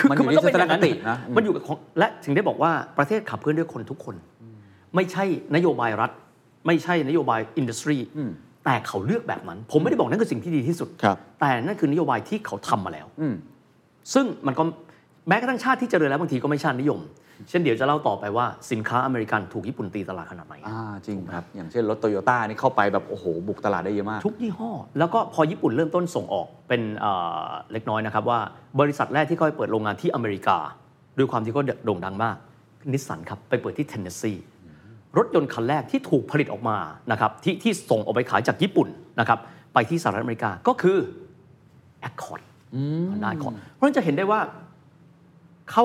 Speaker 2: มันคือ
Speaker 3: มัน
Speaker 2: คือ
Speaker 3: อยู่
Speaker 2: มัน
Speaker 3: ที่
Speaker 2: ต้องเป็น
Speaker 3: ทั
Speaker 2: อย่างนั้
Speaker 3: ศนค
Speaker 2: น
Speaker 3: ตินะอืม
Speaker 2: มันอยู่กับของและถึงได้บอกว่าประเทศขับเคลื่อนด้วยคนทุกคน ไม่ใช่นโยบายรัฐ ไม่ใช่นโยบายอินดัสทรีแต่เขาเลือกแบบนั้น ผมไม่ได้บอกนั่นคือสิ่งที่ดีที่สุด
Speaker 3: ครับ
Speaker 2: แต่นั่นคือนโยบายที่เขาทำมาแล้ว
Speaker 3: อืม
Speaker 2: ซึ่งมันก็แม้กระทั่งชาติที่เจริญแล้วบางทีก็ไม่ชาตินิยม เช่นเดี๋ยวจะเล่าต่อไปว่าสินค้าอเมริกันถูกญี่ปุ่นตีตลาดขนาดไหน
Speaker 3: อ่าจริงครับ อย่างเช่นรถโตโยต้านี่เข้าไปแบบ โอ้โห บุกตลาดได้เยอะมาก
Speaker 2: ทุกยี่ห้อ แล้วก็พอญี่ปุ่นเริ่มต้นส่งออกเป็นเอ่อเล็กน้อยนะครับว่าบริษัทแรกที่เขาไปเปิดโรงงานที่อเมริกา ด้วยความที่เขาโด่งดังมากนิสสันครับ ไปเปิดที่เทนเนสซีรถยนต์คันแรกที่ถูกผลิตออกมานะครับที่ที่ส่งออกไปขายจากญี่ปุ่นนะครับไปที่สหรัฐอเมริกาก็คือ Accord ฮอนด้าคอร์ดเพราะฉะนั้นจะเห็นได้ว่าเขา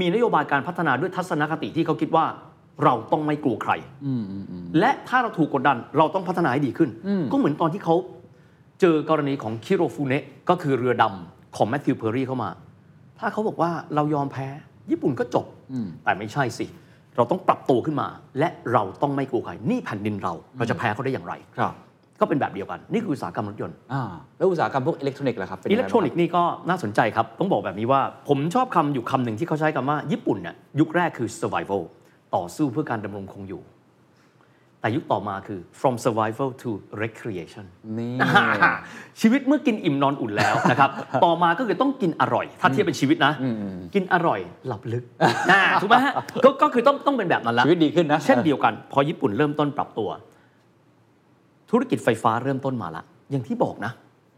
Speaker 2: มีนโยบายการพัฒนาด้วยทัศนคติที่เขาคิดว่าเราต้องไม่กลัวใคร และถ้าเราถูกกดดันเราต้องพัฒนาให้ดีขึ้น ก็เหมือนตอนที่เขาเจอกรณีของคิโรฟูเนะก็คือเรือดำของแมทธิวเพอร์รี่เข้ามา ถ้าเขาบอกว่าเรายอมแพ้ ญี่ปุ่นก็จบ แต่ไม่ใช่สิ เราต้องปรับตัวขึ้นมา และเราต้องไม่กลัวใครนี่แผ่นดินเราเราจะแพ้เขาได้อย่างไร
Speaker 3: ครับ
Speaker 2: ก็เป็นแบบเดียวกัน นี่คืออุตสาหกรรมรถยนต์
Speaker 3: อ่าแล้วอุตสาหกรรมพวกอิเล็กทรอนิกส์ล่ะครับป็ยัง
Speaker 2: อิ
Speaker 3: ไง
Speaker 2: เล็ก
Speaker 3: บ้าง
Speaker 2: ท
Speaker 3: ค
Speaker 2: รอ
Speaker 3: บ
Speaker 2: นิกส์นี่ก็น่าสนใจครับ ต้องบอกแบบนี้ว่าผมชอบคำอยู่คำหนึ่งที่เขาใช้คำว่าญี่ปุ่นน่ะยุคแรกคือ survival ต่อสู้เพื่อการดำรงคงอยู่ แต่ยุคต่อมาคือ from survival to recreation
Speaker 3: นี่
Speaker 2: ชีวิตเมื่อกินอิ่มนอนอุ่นแล้ว
Speaker 3: *laughs*
Speaker 2: นะครับ ต่อมาก็คือต้องกินอร่อย ถ้าเทียบเป็นชีวิตนะ กินอร่อยหลับลึกอ่าถูกไหมฮะก็ก็คือต้องต้องเป็นแบบนั้นละ
Speaker 3: ชีวิตดีขึ้นนะ
Speaker 2: เช่นเดียวกัน พอญี่ปุ่นเริ่มต้นปรับตัว ธุรกิจไฟฟ้าเริ่มต้นมาละอย่างที่บอกนะ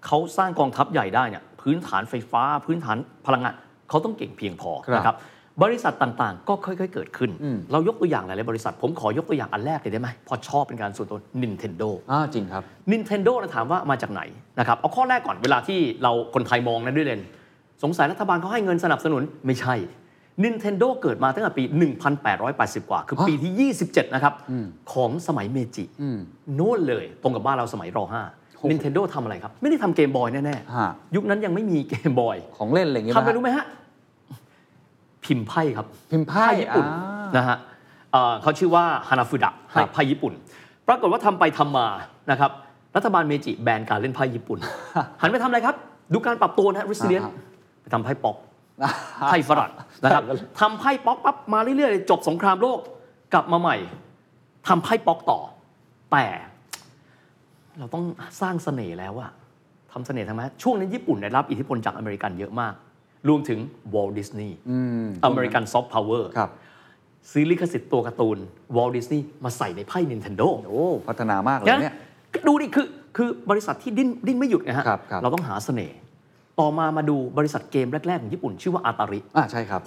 Speaker 2: เขาสร้างกองทัพใหญ่ได้เนี่ยพื้นฐานไฟฟ้า พื้นฐานพลังงานเขาต้องเก่งเพียงพอ
Speaker 3: ครับ
Speaker 2: นะครับบริษัทต่างๆ ก็ค่อย ๆ เกิดขึ้น
Speaker 3: อืม
Speaker 2: เรายกตัวอย่างหลายๆบริษัท ผมขอยกตัวอย่างอันแรกเลยได้ไหมพอชอบเป็นการส่วนตัว Nintendo
Speaker 3: อ่าจริงครับ
Speaker 2: Nintendo นะถามว่ามาจากไหนนะครับเอาข้อแรกก่อนเวลาที่เราคนไทยมองนะด้วยเลนส์สงสัยรัฐบาลเขาให้เงินสนับสนุนไม่ใช่ Nintendo เกิดมาตั้งแต่ปี 1880 กว่า คือปีที่ 27 นะครับ ของสมัยเมจิ
Speaker 3: อืม
Speaker 2: โน่นเลย ตรงกับบ้านเราสมัยร
Speaker 3: โห
Speaker 2: 5 Nintendo ทำอะไรครับ ไม่ได้ทำเกมบอยแน่
Speaker 3: ฮะ
Speaker 2: ๆ ยุคนั้นยังไม่มีเกมบอย
Speaker 3: ของเล่นอะไรอย่างเงี้ย
Speaker 2: ทำอะไรรู้ไหมฮะ พิมพ์ไพ่ครับ
Speaker 3: พิมพ์ไพ่
Speaker 2: ไพ่ญี่ปุ่น
Speaker 3: อ่า
Speaker 2: นะฮะเอ่อเขาชื่อว่าฮานาฟุดะ
Speaker 3: ครับ
Speaker 2: ไพ่ญี่ปุ่น ปรากฏว่าทำไปทำมานะครับรัฐบาลเมจิแบนการเล่นไพ่ญี่ปุ่น หันไปทำอะไรครับ ดูการปรับตัวนะฮะริสเลียนไปทำไพ่ป๊อก
Speaker 3: *laughs*
Speaker 2: ไพ่ฝรั่งนะครับทำไพ่ป๊อกปั๊บมาเรื่อยๆเลยจบสงครามโลกกลับมาใหม่ทำไพ่ป๊อกต่อ แต่ เราต้องสร้างเสน่ห์แล้วอะทำเสน่ห์ทำไมช่วงนั้นญี่ปุ่นได้รับอิทธิพลจากอเมริกันเยอะมาก รวมถึงวอลดิสนีย์อเมริกันซอฟต์พาวเวอร์
Speaker 3: ครับ
Speaker 2: ซื้อลิขสิทธิ์ตัวการ์ตูนวอลดิสนีย์มาใส่ในไพ่ Nintendo
Speaker 3: โอ้พัฒนามากเลย
Speaker 2: งั้น
Speaker 3: เนี่ย
Speaker 2: ดูดิคือคือบริษัทที่ดิ้นดิ้นไม่หยุดนะฮะ
Speaker 3: ครับครับ
Speaker 2: เราต้องหาเสน่ห์ต่อมามาดูบริษัทเกมแรก ๆ ของญี่ปุ่น ชื่อว่าอาตาริ
Speaker 3: อ่าใช่ครับ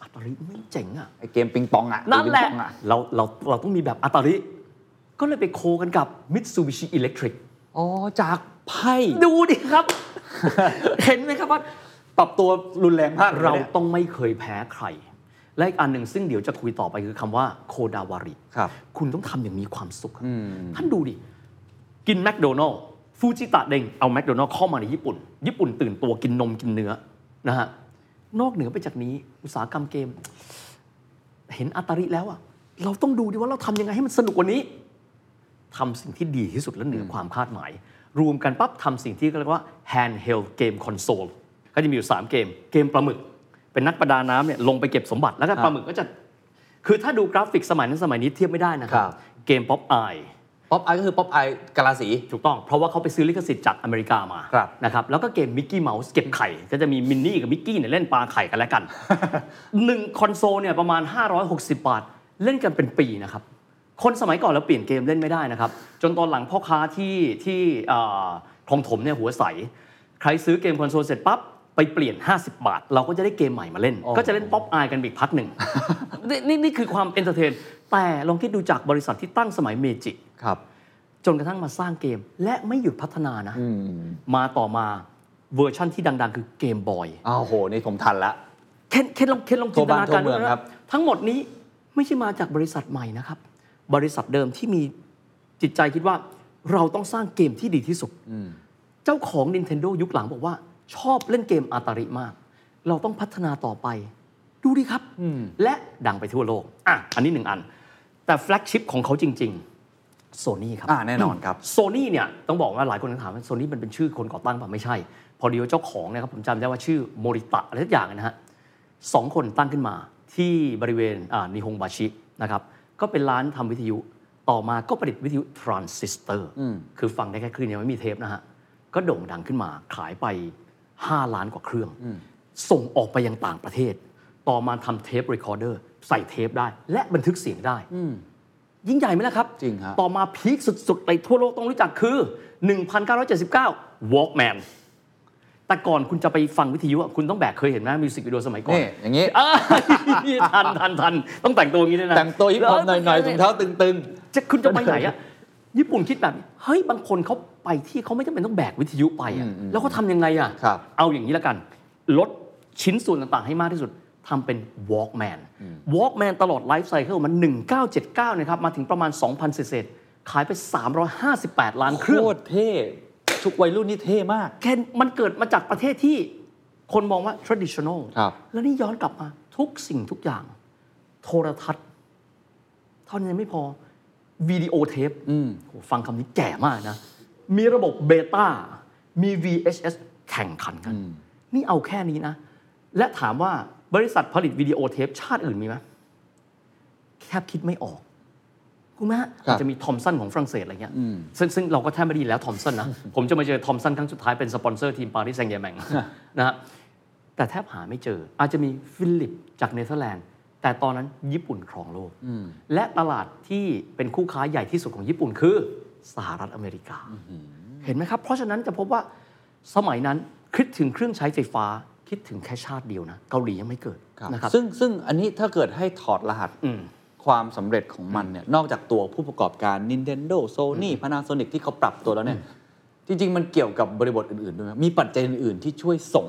Speaker 2: อาตาริไม่เจ๋งอ่ะ
Speaker 3: ไอเกมปิงปองอ่ะ
Speaker 2: นั่นแหละ
Speaker 3: ปิงปองอ
Speaker 2: เราเราเราต้องมีแบบอาตาริก็เลยไปโคกันกับ Mitsubishi Electric
Speaker 3: อ๋อจากไพ่
Speaker 2: ดูดิครับ
Speaker 3: *laughs*
Speaker 2: เห็นไหมครับว่า
Speaker 3: ปรับตัวรุนแรงมาก
Speaker 2: เรา
Speaker 3: ลยนี่ย
Speaker 2: ต้องไม่เคยแพ้ใคร และอีกอันหนึ่งซึ่งเดี๋ยวจะคุยต่อไปคือคำว่าโคดาวาริ
Speaker 3: ครับ
Speaker 2: คุณต้องทำอย่างมีความสุขอะ
Speaker 3: อืม
Speaker 2: ท่านดูดิ กินแมคโดนัลล์ฟูจิตะเดงเอาแมคโดนัลล์เข้ามาในญี่ปุ่น ญี่ปุ่นตื่นตัวกินนมกินเนื้อนะฮะ นอกเหนือไปจากนี้อุตสาหกรรมเกม เห็นอาตาริแล้วอะเราต้องดูดิว่าเราทำยังไงให้มันสนุกกว่านี้ทำสิ่งที่ดีที่สุดและเหนือความคาดหมาย รวมกันปั๊บทำสิ่งที่เรียกว่า handheld game console ก็จะมีอยู่สามเกม เกมปลาหมึก เป็นนักประดาน้ำเนี่ยลงไปเก็บสมบัติแล้วก็ปลาหมึกก็จะ คือถ้าดูกราฟิกสมัยนั้นสมัยนี้เทียบไม่ได้นะครั
Speaker 3: ครับ บ
Speaker 2: เกมป๊อปอาย
Speaker 3: ป๊อปไอก็คือป๊อปไอกาลาสี
Speaker 2: ถูกต้อง เพราะว่าเขาไปซื้อลิขสิทธิ์จากอเมริกามา
Speaker 3: ครับ
Speaker 2: นะครับแล้วก็เกมมิกกี้เมาส์เก็บไข่ ก็จะมีมินนี่กับมิกกี้เนี่ยเล่นปลาไข่กันแล้วกัน หนึ่งคอนโซลเนี่ยประมาณ 560 บาท เล่นกันเป็นปีนะครับ คนสมัยก่อนเราเปลี่ยนเกมเล่นไม่ได้นะครับ จนตอนหลังพ่อค้าที่ที่เอ่อคลองถมเนี่ยหัวใส ใครซื้อเกมคอนโซลเสร็จปั๊บไปเปลี่ยน 50 บาท เราก็จะได้เกมใหม่มาเล่น
Speaker 3: โอ้
Speaker 2: ก็จะเล่นป๊อปอายกันอีกพัก
Speaker 3: *laughs*
Speaker 2: หนึ่ง นี่นี่นี่คือความเอนเตอร์เทน แต่ลองคิดดูจากบริษัทที่ตั้งสมัยเมจิ
Speaker 3: ครับ
Speaker 2: จนกระทั่งมาสร้างเกม และไม่หยุดพัฒนานะ
Speaker 3: อืม
Speaker 2: มาต่อมาเวอร์ชั่นที่ดัง ๆ คือเกมบอย
Speaker 3: อ้าวโหนี่ผมทันละ
Speaker 2: เคนเคนลองเคนลองจินตนาการ
Speaker 3: โทรบ้านโทรเมื
Speaker 2: ด้ว
Speaker 3: อย ง
Speaker 2: นะครับ ทั้งหมดนี้ไม่ใช่มาจากบริษัทใหม่นะครับ บริษัทเดิมที่มีจิตใจคิดว่าเราต้องสร้างเกมที่ดีที่สุด เจ้าของ Nintendo ยุคหลังบอกว่า ชอบเล่นเกมอาตาริมาก เราต้องพัฒนาต่อไป ดูดิครับ และดังไปทั่วโลก อ่ะ อันนี้หนึ่งอัน แต่แฟลกชิพของเขาจริง ๆ โซนี่ครับ
Speaker 3: อ่าแน่นอนครับ
Speaker 2: โซนี่เนี่ยต้องบอกว่าหลายคนถามว่าโซนี่มันเป็นชื่อคนก่อตั้งป่ะไม่ใช่ พอดีว่าเจ้าของเนะครับผมจำได้ว่าชื่อโมริตะอะไรสักอย่างนะฮะสองคนตั้งขึ้นมาที่บริเวณอ่านิฮงบาชินะครับก็เป็นร้านทำวิทยุต่อมาก็ผลิตวิทยุทรานซิสเตอร์คือฟังได้แค่คลื่นเดียวไม่มีเทปนะฮะ ก็โด่งดังขึ้นมาขายไป 5 ล้านกว่าเครื่อง ส่งออกไปยังต่างประเทศ ต่อมาทำเทปรีคอร์เดอร์ใส่เทปได้ และบันทึกเสียงได้ ยิ่งใหญ่ไหมล่ะครับ
Speaker 3: จริงฮะ
Speaker 2: ต่อมาพีคสุดๆในทั่วโลกต้องรู้จักคือ 1979 Walkman แต่ก่อนคุณจะไปฟังวิทยุอะคุณต้องแบกเคยเห็นไหมมิวสิกวิดีโอสมัยก่อน
Speaker 3: นี่อย่างนี้
Speaker 2: เอ้ย *laughs* ทันทันทันต้องแต่งตัวอย่างนี้ด้วยนะ
Speaker 3: แต่งตัวฮิปฮอปหน่อยๆถุงเท้าตึง
Speaker 2: จะคุณจะไปไหนอะญี่ปุ่นคิดแบบนี้เฮ้ย บางคนเขาไปที่เขาไม่จำเป็นต้องแบกวิทยุไปอะแล้วเขาทำยังไงอะ
Speaker 3: ครับ
Speaker 2: เอาอย่างนี้ละกัน ลดชิ้นส่วนต่างๆให้มากที่สุด ทำเป็น Walkman Walkman ตลอดไลฟ์ไซเคิลมัน 1979 นะครับ มาถึงประมาณ 2,000 เศษๆขายไป 358 ล้านเค
Speaker 3: โค
Speaker 2: รื่อง
Speaker 3: ตรเท่ ทุกวัยรุ่นนี่เท่มาก
Speaker 2: แค่มันเกิดมาจากประเทศที่คนมองว่า traditional
Speaker 3: ครับ
Speaker 2: แล้วนี่ย้อนกลับมาทุกสิ่งทุกอย่าง โทรทัศน์ เท่านั้นยังไม่พอวิดีโอเทปโหฟังคำนี้แก่มากนะ มีระบบเบต้า มี VHS แข่งขันกัน นี่เอาแค่นี้นะ และถามว่าบริษัทผลิตวิดีโอเทปชาติอื่นมีไหมแค่คิดไม่ออก คุณแม่
Speaker 3: ครับ
Speaker 2: จะมีทอมสันของฝรั่งเศสอะไรเงี้ยซึ่งซึ่งเราก็แทบไม่ไดีแล้วทอมสันนะ ผมจะมาเจอทอมสันครั้งสุดท้ายเป็นสปอนเซอร์ทีมปารีสแซงต์แยร์แมงนะฮะ แต่แทบหาไม่เจอ อาจจะมีฟิลิปจากเนเธอร์แลนด์ แต่ตอนนั้นญี่ปุ่นครองโลก และตลาดที่เป็นคู่ค้าใหญ่ที่สุดของญี่ปุ่นคือสหรัฐอเมริกา เห็นไหมครับ เพราะฉะนั้นจะพบว่าสมัยนั้นคิดถึงเครื่องใช้ไฟฟ้าคิดถึงแค่ชาติเดียวนะ เกาหลียังไม่เกิดนะครับ
Speaker 3: ซึ่งซึ่งอันนี้ถ้าเกิดให้ถอดรหัส
Speaker 2: อืม
Speaker 3: ความสำเร็จของมันเนี่ยนอกจากตัวผู้ประกอบการ Nintendo Sony Panasonic ที่เขาปรับตัวแล้วเนี่ย จริง ๆ มันเกี่ยวกับบริบทอื่น ๆ ด้วยไหมมีปัจจัยอื่น ๆ ที่ช่วยส่ง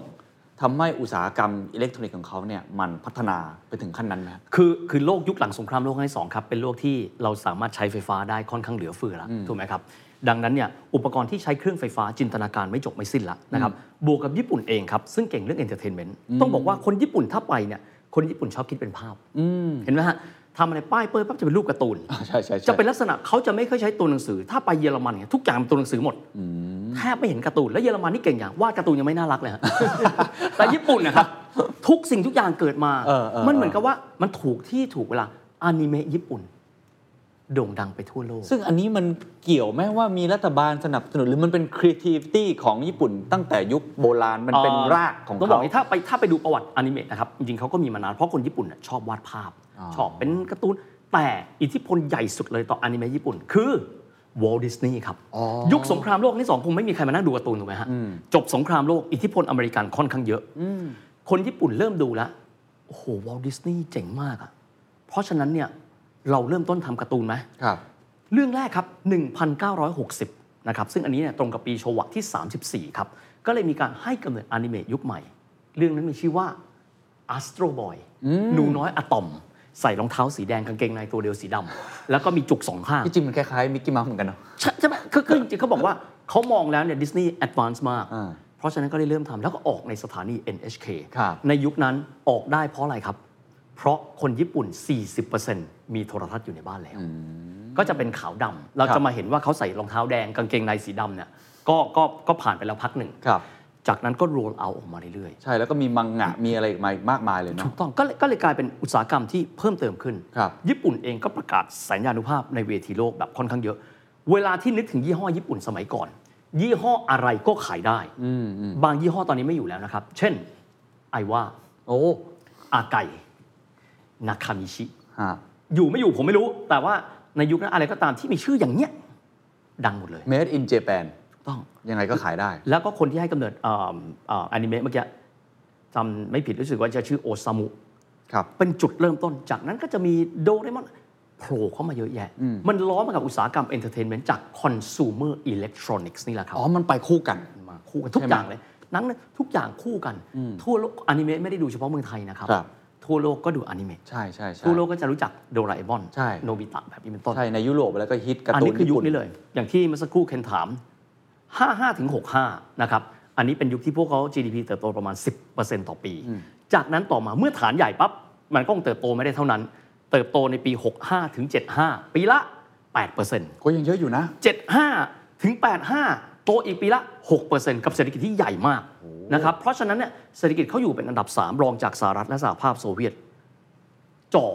Speaker 3: ทำให้อุตสาหกรรมอิเล็กทรอนิกส์ของเขาเนี่ยมันพัฒนาไปถึงขั้นนั้นไหมครับ
Speaker 2: คือคือโลกยุคหลังสงครามโลกครั้งที่สองครับเป็นโลกที่เราสามารถใช้ไฟฟ้าได้ค่อนข้างเหลือเฟือแล้วถูกไหมครับ ดังนั้นเนี่ยอุปกรณ์ที่ใช้เครื่องไฟฟ้าจินตนาการไม่จบไม่สิ้นละนะครับบวกกับญี่ปุ่นเองครับ ซึ่งเก่งเรื่องเอนเตอร์เทนเมนต์ต้องบอกว่าคนญี่ปุ่นถ้าไปเนี่ยคนญี่ปุ่นชอบคิดเป็นภาพเห็นไหมฮะทำอะไรป้ายเปิดปั๊บจะเป็นรูปการ์ตูน
Speaker 3: ใช่ใช่ใช่
Speaker 2: จะเป็นลักษณะเขาจะไม่ค่อยใช้ตัวหนังสือ ถ้าไปเยอรมันเนี่ยทุกอย่างเป็นตัวหนังสือหมดแทบไม่เห็นการ์ตูน แล้วเยอรมันนี่เก่งอย่างวาดการ์ตูนยังไม่น่ารักเลยฮะ แต่ญี่ปุ่นนะครับทุกสิ่งทุกอย่างเกิดมา
Speaker 3: เออเออ
Speaker 2: มันเหมือนกับว่ามันถูกที่ถูกเวลาอนิเมะญี่ปุ่น โด่งดังไปทั่วโลก
Speaker 3: ซึ่งอันนี้มันเกี่ยวไหมว่ามีรัฐบาลสนับสนุนหรือมันเป็น creativity ของญี่ปุ่น ตั้งแต่ยุคโบราณมันเป็นรากของ
Speaker 2: ต้องบอ
Speaker 3: เขา
Speaker 2: กงี้ถ้าไปถ้าไปดูประวัติอนิเมะนะครับ จริงๆเขาก็มีมานาน เพราะคนญี่ปุ่นน่ะชอบวาดภาพ
Speaker 3: อ๋อ
Speaker 2: ชอบเป็นการ์ตูน แต่อิทธิพลใหญ่สุดเลยต่ออนิเมะญี่ปุ่น คือวอลดิสนีย์ครับ ยุคสงครามโลกที่สองคงไม่มีใครมานั่งดูการ์ตูนถูกไหมฮะ จบสงครามโลกอิทธิพลอเมริกันค่อนข้างเยอะ คนญี่ปุ่นเริ่มดูแล้ว โอ้โหวอลดิสนีย์เจ๋งมากอะเพราะฉะนั้นเนี่ยเราเริ่มต้นทำการ์ตูนไหม
Speaker 3: ครับ
Speaker 2: เรื่องแรกครับ 1960 นะครับ ซึ่งอันนี้เนี่ยตรงกับปีโชวะที่ 34 ครับ ก็เลยมีการให้กำเนิดอนิเมะยุคใหม่ เรื่องนั้นมีชื่อว่า Astro Boy หนูน้อยอะตอม ใส่รองเท้าสีแดงกางเกงในตัวเดียวสีดำ แล้วก็มีจุกสองข้าง
Speaker 3: ที่จริงมันคล้ายๆมิกกี้เมาส์เหมือนกันเนาะ
Speaker 2: ใช่ใช่ไหมคือคือจริงๆเขาบอกว่าเขามองแล้วเนี่ยดิสนีย์แอดวานซ์มาก
Speaker 3: อ่า
Speaker 2: เพราะฉะนั้นก็ได้เริ่มทำแล้วก็ออกในสถานี NHK
Speaker 3: ครับ
Speaker 2: ในยุคนั้นออกได้เพราะอะไรครับ เพราะคนญี่ปุ่น 40%มีโทรทัศน์อยู่ในบ้านแล้ว ก็จะเป็นขาวดำเราจะมาเห็นว่าเขาใส่รองเท้าแดงกางเกงในสีดำเนี่ยก็ก็ก็ผ่านไปแล้วพักหนึ่ง
Speaker 3: ครับ
Speaker 2: จากนั้นก็ roll out ออกมาเรื่อยๆ
Speaker 3: ใช่แล้วก็มีมังงะมีอะไรอีกมาอีกมากมายเลย
Speaker 2: ถู
Speaker 3: เนาะ
Speaker 2: กต้องก็เลยก็เลยกลายเป็นอุตสาหกรรมที่เพิ่มเติมขึ้น
Speaker 3: ครับ
Speaker 2: ญี่ปุ่นเองก็ประกาศสัญญานุภาพในเวทีโลกแบบค่อนข้างเยอะ เวลาที่นึกถึงยี่ห้อญี่ปุ่นสมัยก่อน ยี่ห้ออะไรก็ขายได้ บางยี่ห้อตอนนี้ไม่อยู่แล้วนะครับ เช่น ไอว่า
Speaker 3: โอ้
Speaker 2: อาไกนาคามิชิ
Speaker 3: ฮะ
Speaker 2: อยู่ไม่อยู่ผมไม่รู้ แต่ว่าในยุคนั้นอะไรก็ตามที่มีชื่ออย่างเนี้ยดังหมดเลย
Speaker 3: Made in Japan
Speaker 2: ถูกต้อง
Speaker 3: ยังไงก็ขายได้
Speaker 2: แล้วก็คนที่ให้กำเนิดเอมเอ่ออนิเมะเมื่อกี้จำไม่ผิดรู้สึกว่าจะชื่อโอซามุ
Speaker 3: ครับ
Speaker 2: เป็นจุดเริ่มต้น จากนั้นก็จะมีโดเรมอนโผล่เข้ามาเยอะแยะ มันล้อมากับอุตสาหกรรมเอนเตอร์เทนเมนต์จากคอน sumer electronics นี่แหละครับ
Speaker 3: อ๋อ มันไปคู่กัน
Speaker 2: มาคู่กันทุกอย่างเลยหนังเนี่ยทุกอย่างคู่กัน ทั่วโลกอนิเมะไม่ได้ดูเฉพาะเมืองไทยนะครับ
Speaker 3: ครับ
Speaker 2: ทั่วโลกก็ดูอนิเมะ
Speaker 3: ใช่ใช่ใช่
Speaker 2: ทั่วโลกก็จะรู้จักโดราเอมอน
Speaker 3: ใช่
Speaker 2: โนบิตะแบบนี้เป็นต้น
Speaker 3: ใช่ ในยุโรปแล้วก็ฮิตการ์
Speaker 2: อัน
Speaker 3: ตู
Speaker 2: นี้
Speaker 3: น
Speaker 2: คือ
Speaker 3: ญี่
Speaker 2: ยุค
Speaker 3: ปุ่น
Speaker 2: นี้เลย อย่างที่เมื่อสักครู่เคนถาม 55 ถึง 65 นะครับ อันนี้เป็นยุคที่พวกเขา GDP เติบโตประมาณ 10%ต่อปี จากนั้นต่อมาเมื่อฐานใหญ่ปั๊บ มันก็คงเติบโตไม่ได้เท่านั้น เติบโตในปี 65 ถึง 75 ปีละ 8%
Speaker 3: ก็ยังเยอะอยู่นะ
Speaker 2: 75 ถึง 85 โตอีกปีละ 6%กับเศรษฐกิจที่ใหญ่มากนะครับ เพราะฉะนั้นเนี่ยเศรษฐกิจเขาอยู่เป็นอันดับ 3 รองจากสหรัฐและสหภาพโซเวียตจ่อ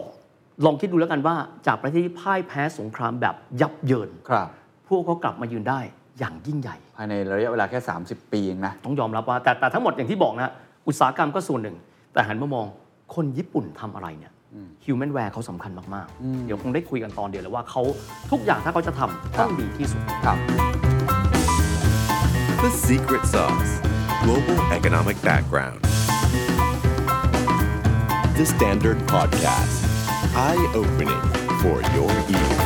Speaker 2: ลองคิดดูแล้วกันว่าจากประเทศที่พ่ายแพ้สงครามแบบยับเยิน
Speaker 3: ครับ
Speaker 2: พวกเขากลับมายืนได้อย่างยิ่งใหญ่
Speaker 3: ภายในระยะเวลาแค่ 30 ปีเองนะ
Speaker 2: ต้องยอมรับว่าแต่แต่ทั้งหมดอย่างที่บอกนะอุตสาหกรรมก็ส่วนหนึ่ง แต่หันมามองคนญี่ปุ่นทำอะไรเนี่ยฮิวแมนแวร์เขาสำคัญมาก ๆ เดี๋ยวคงได้คุยกันตอนเดียวเลยว่าเขาทุกอย่างถ้าเขาจะทำต้องดีที่สุด
Speaker 3: ครับ
Speaker 4: The secret sauce. Global economic background. The Standard Podcast. Eye opening for your ears.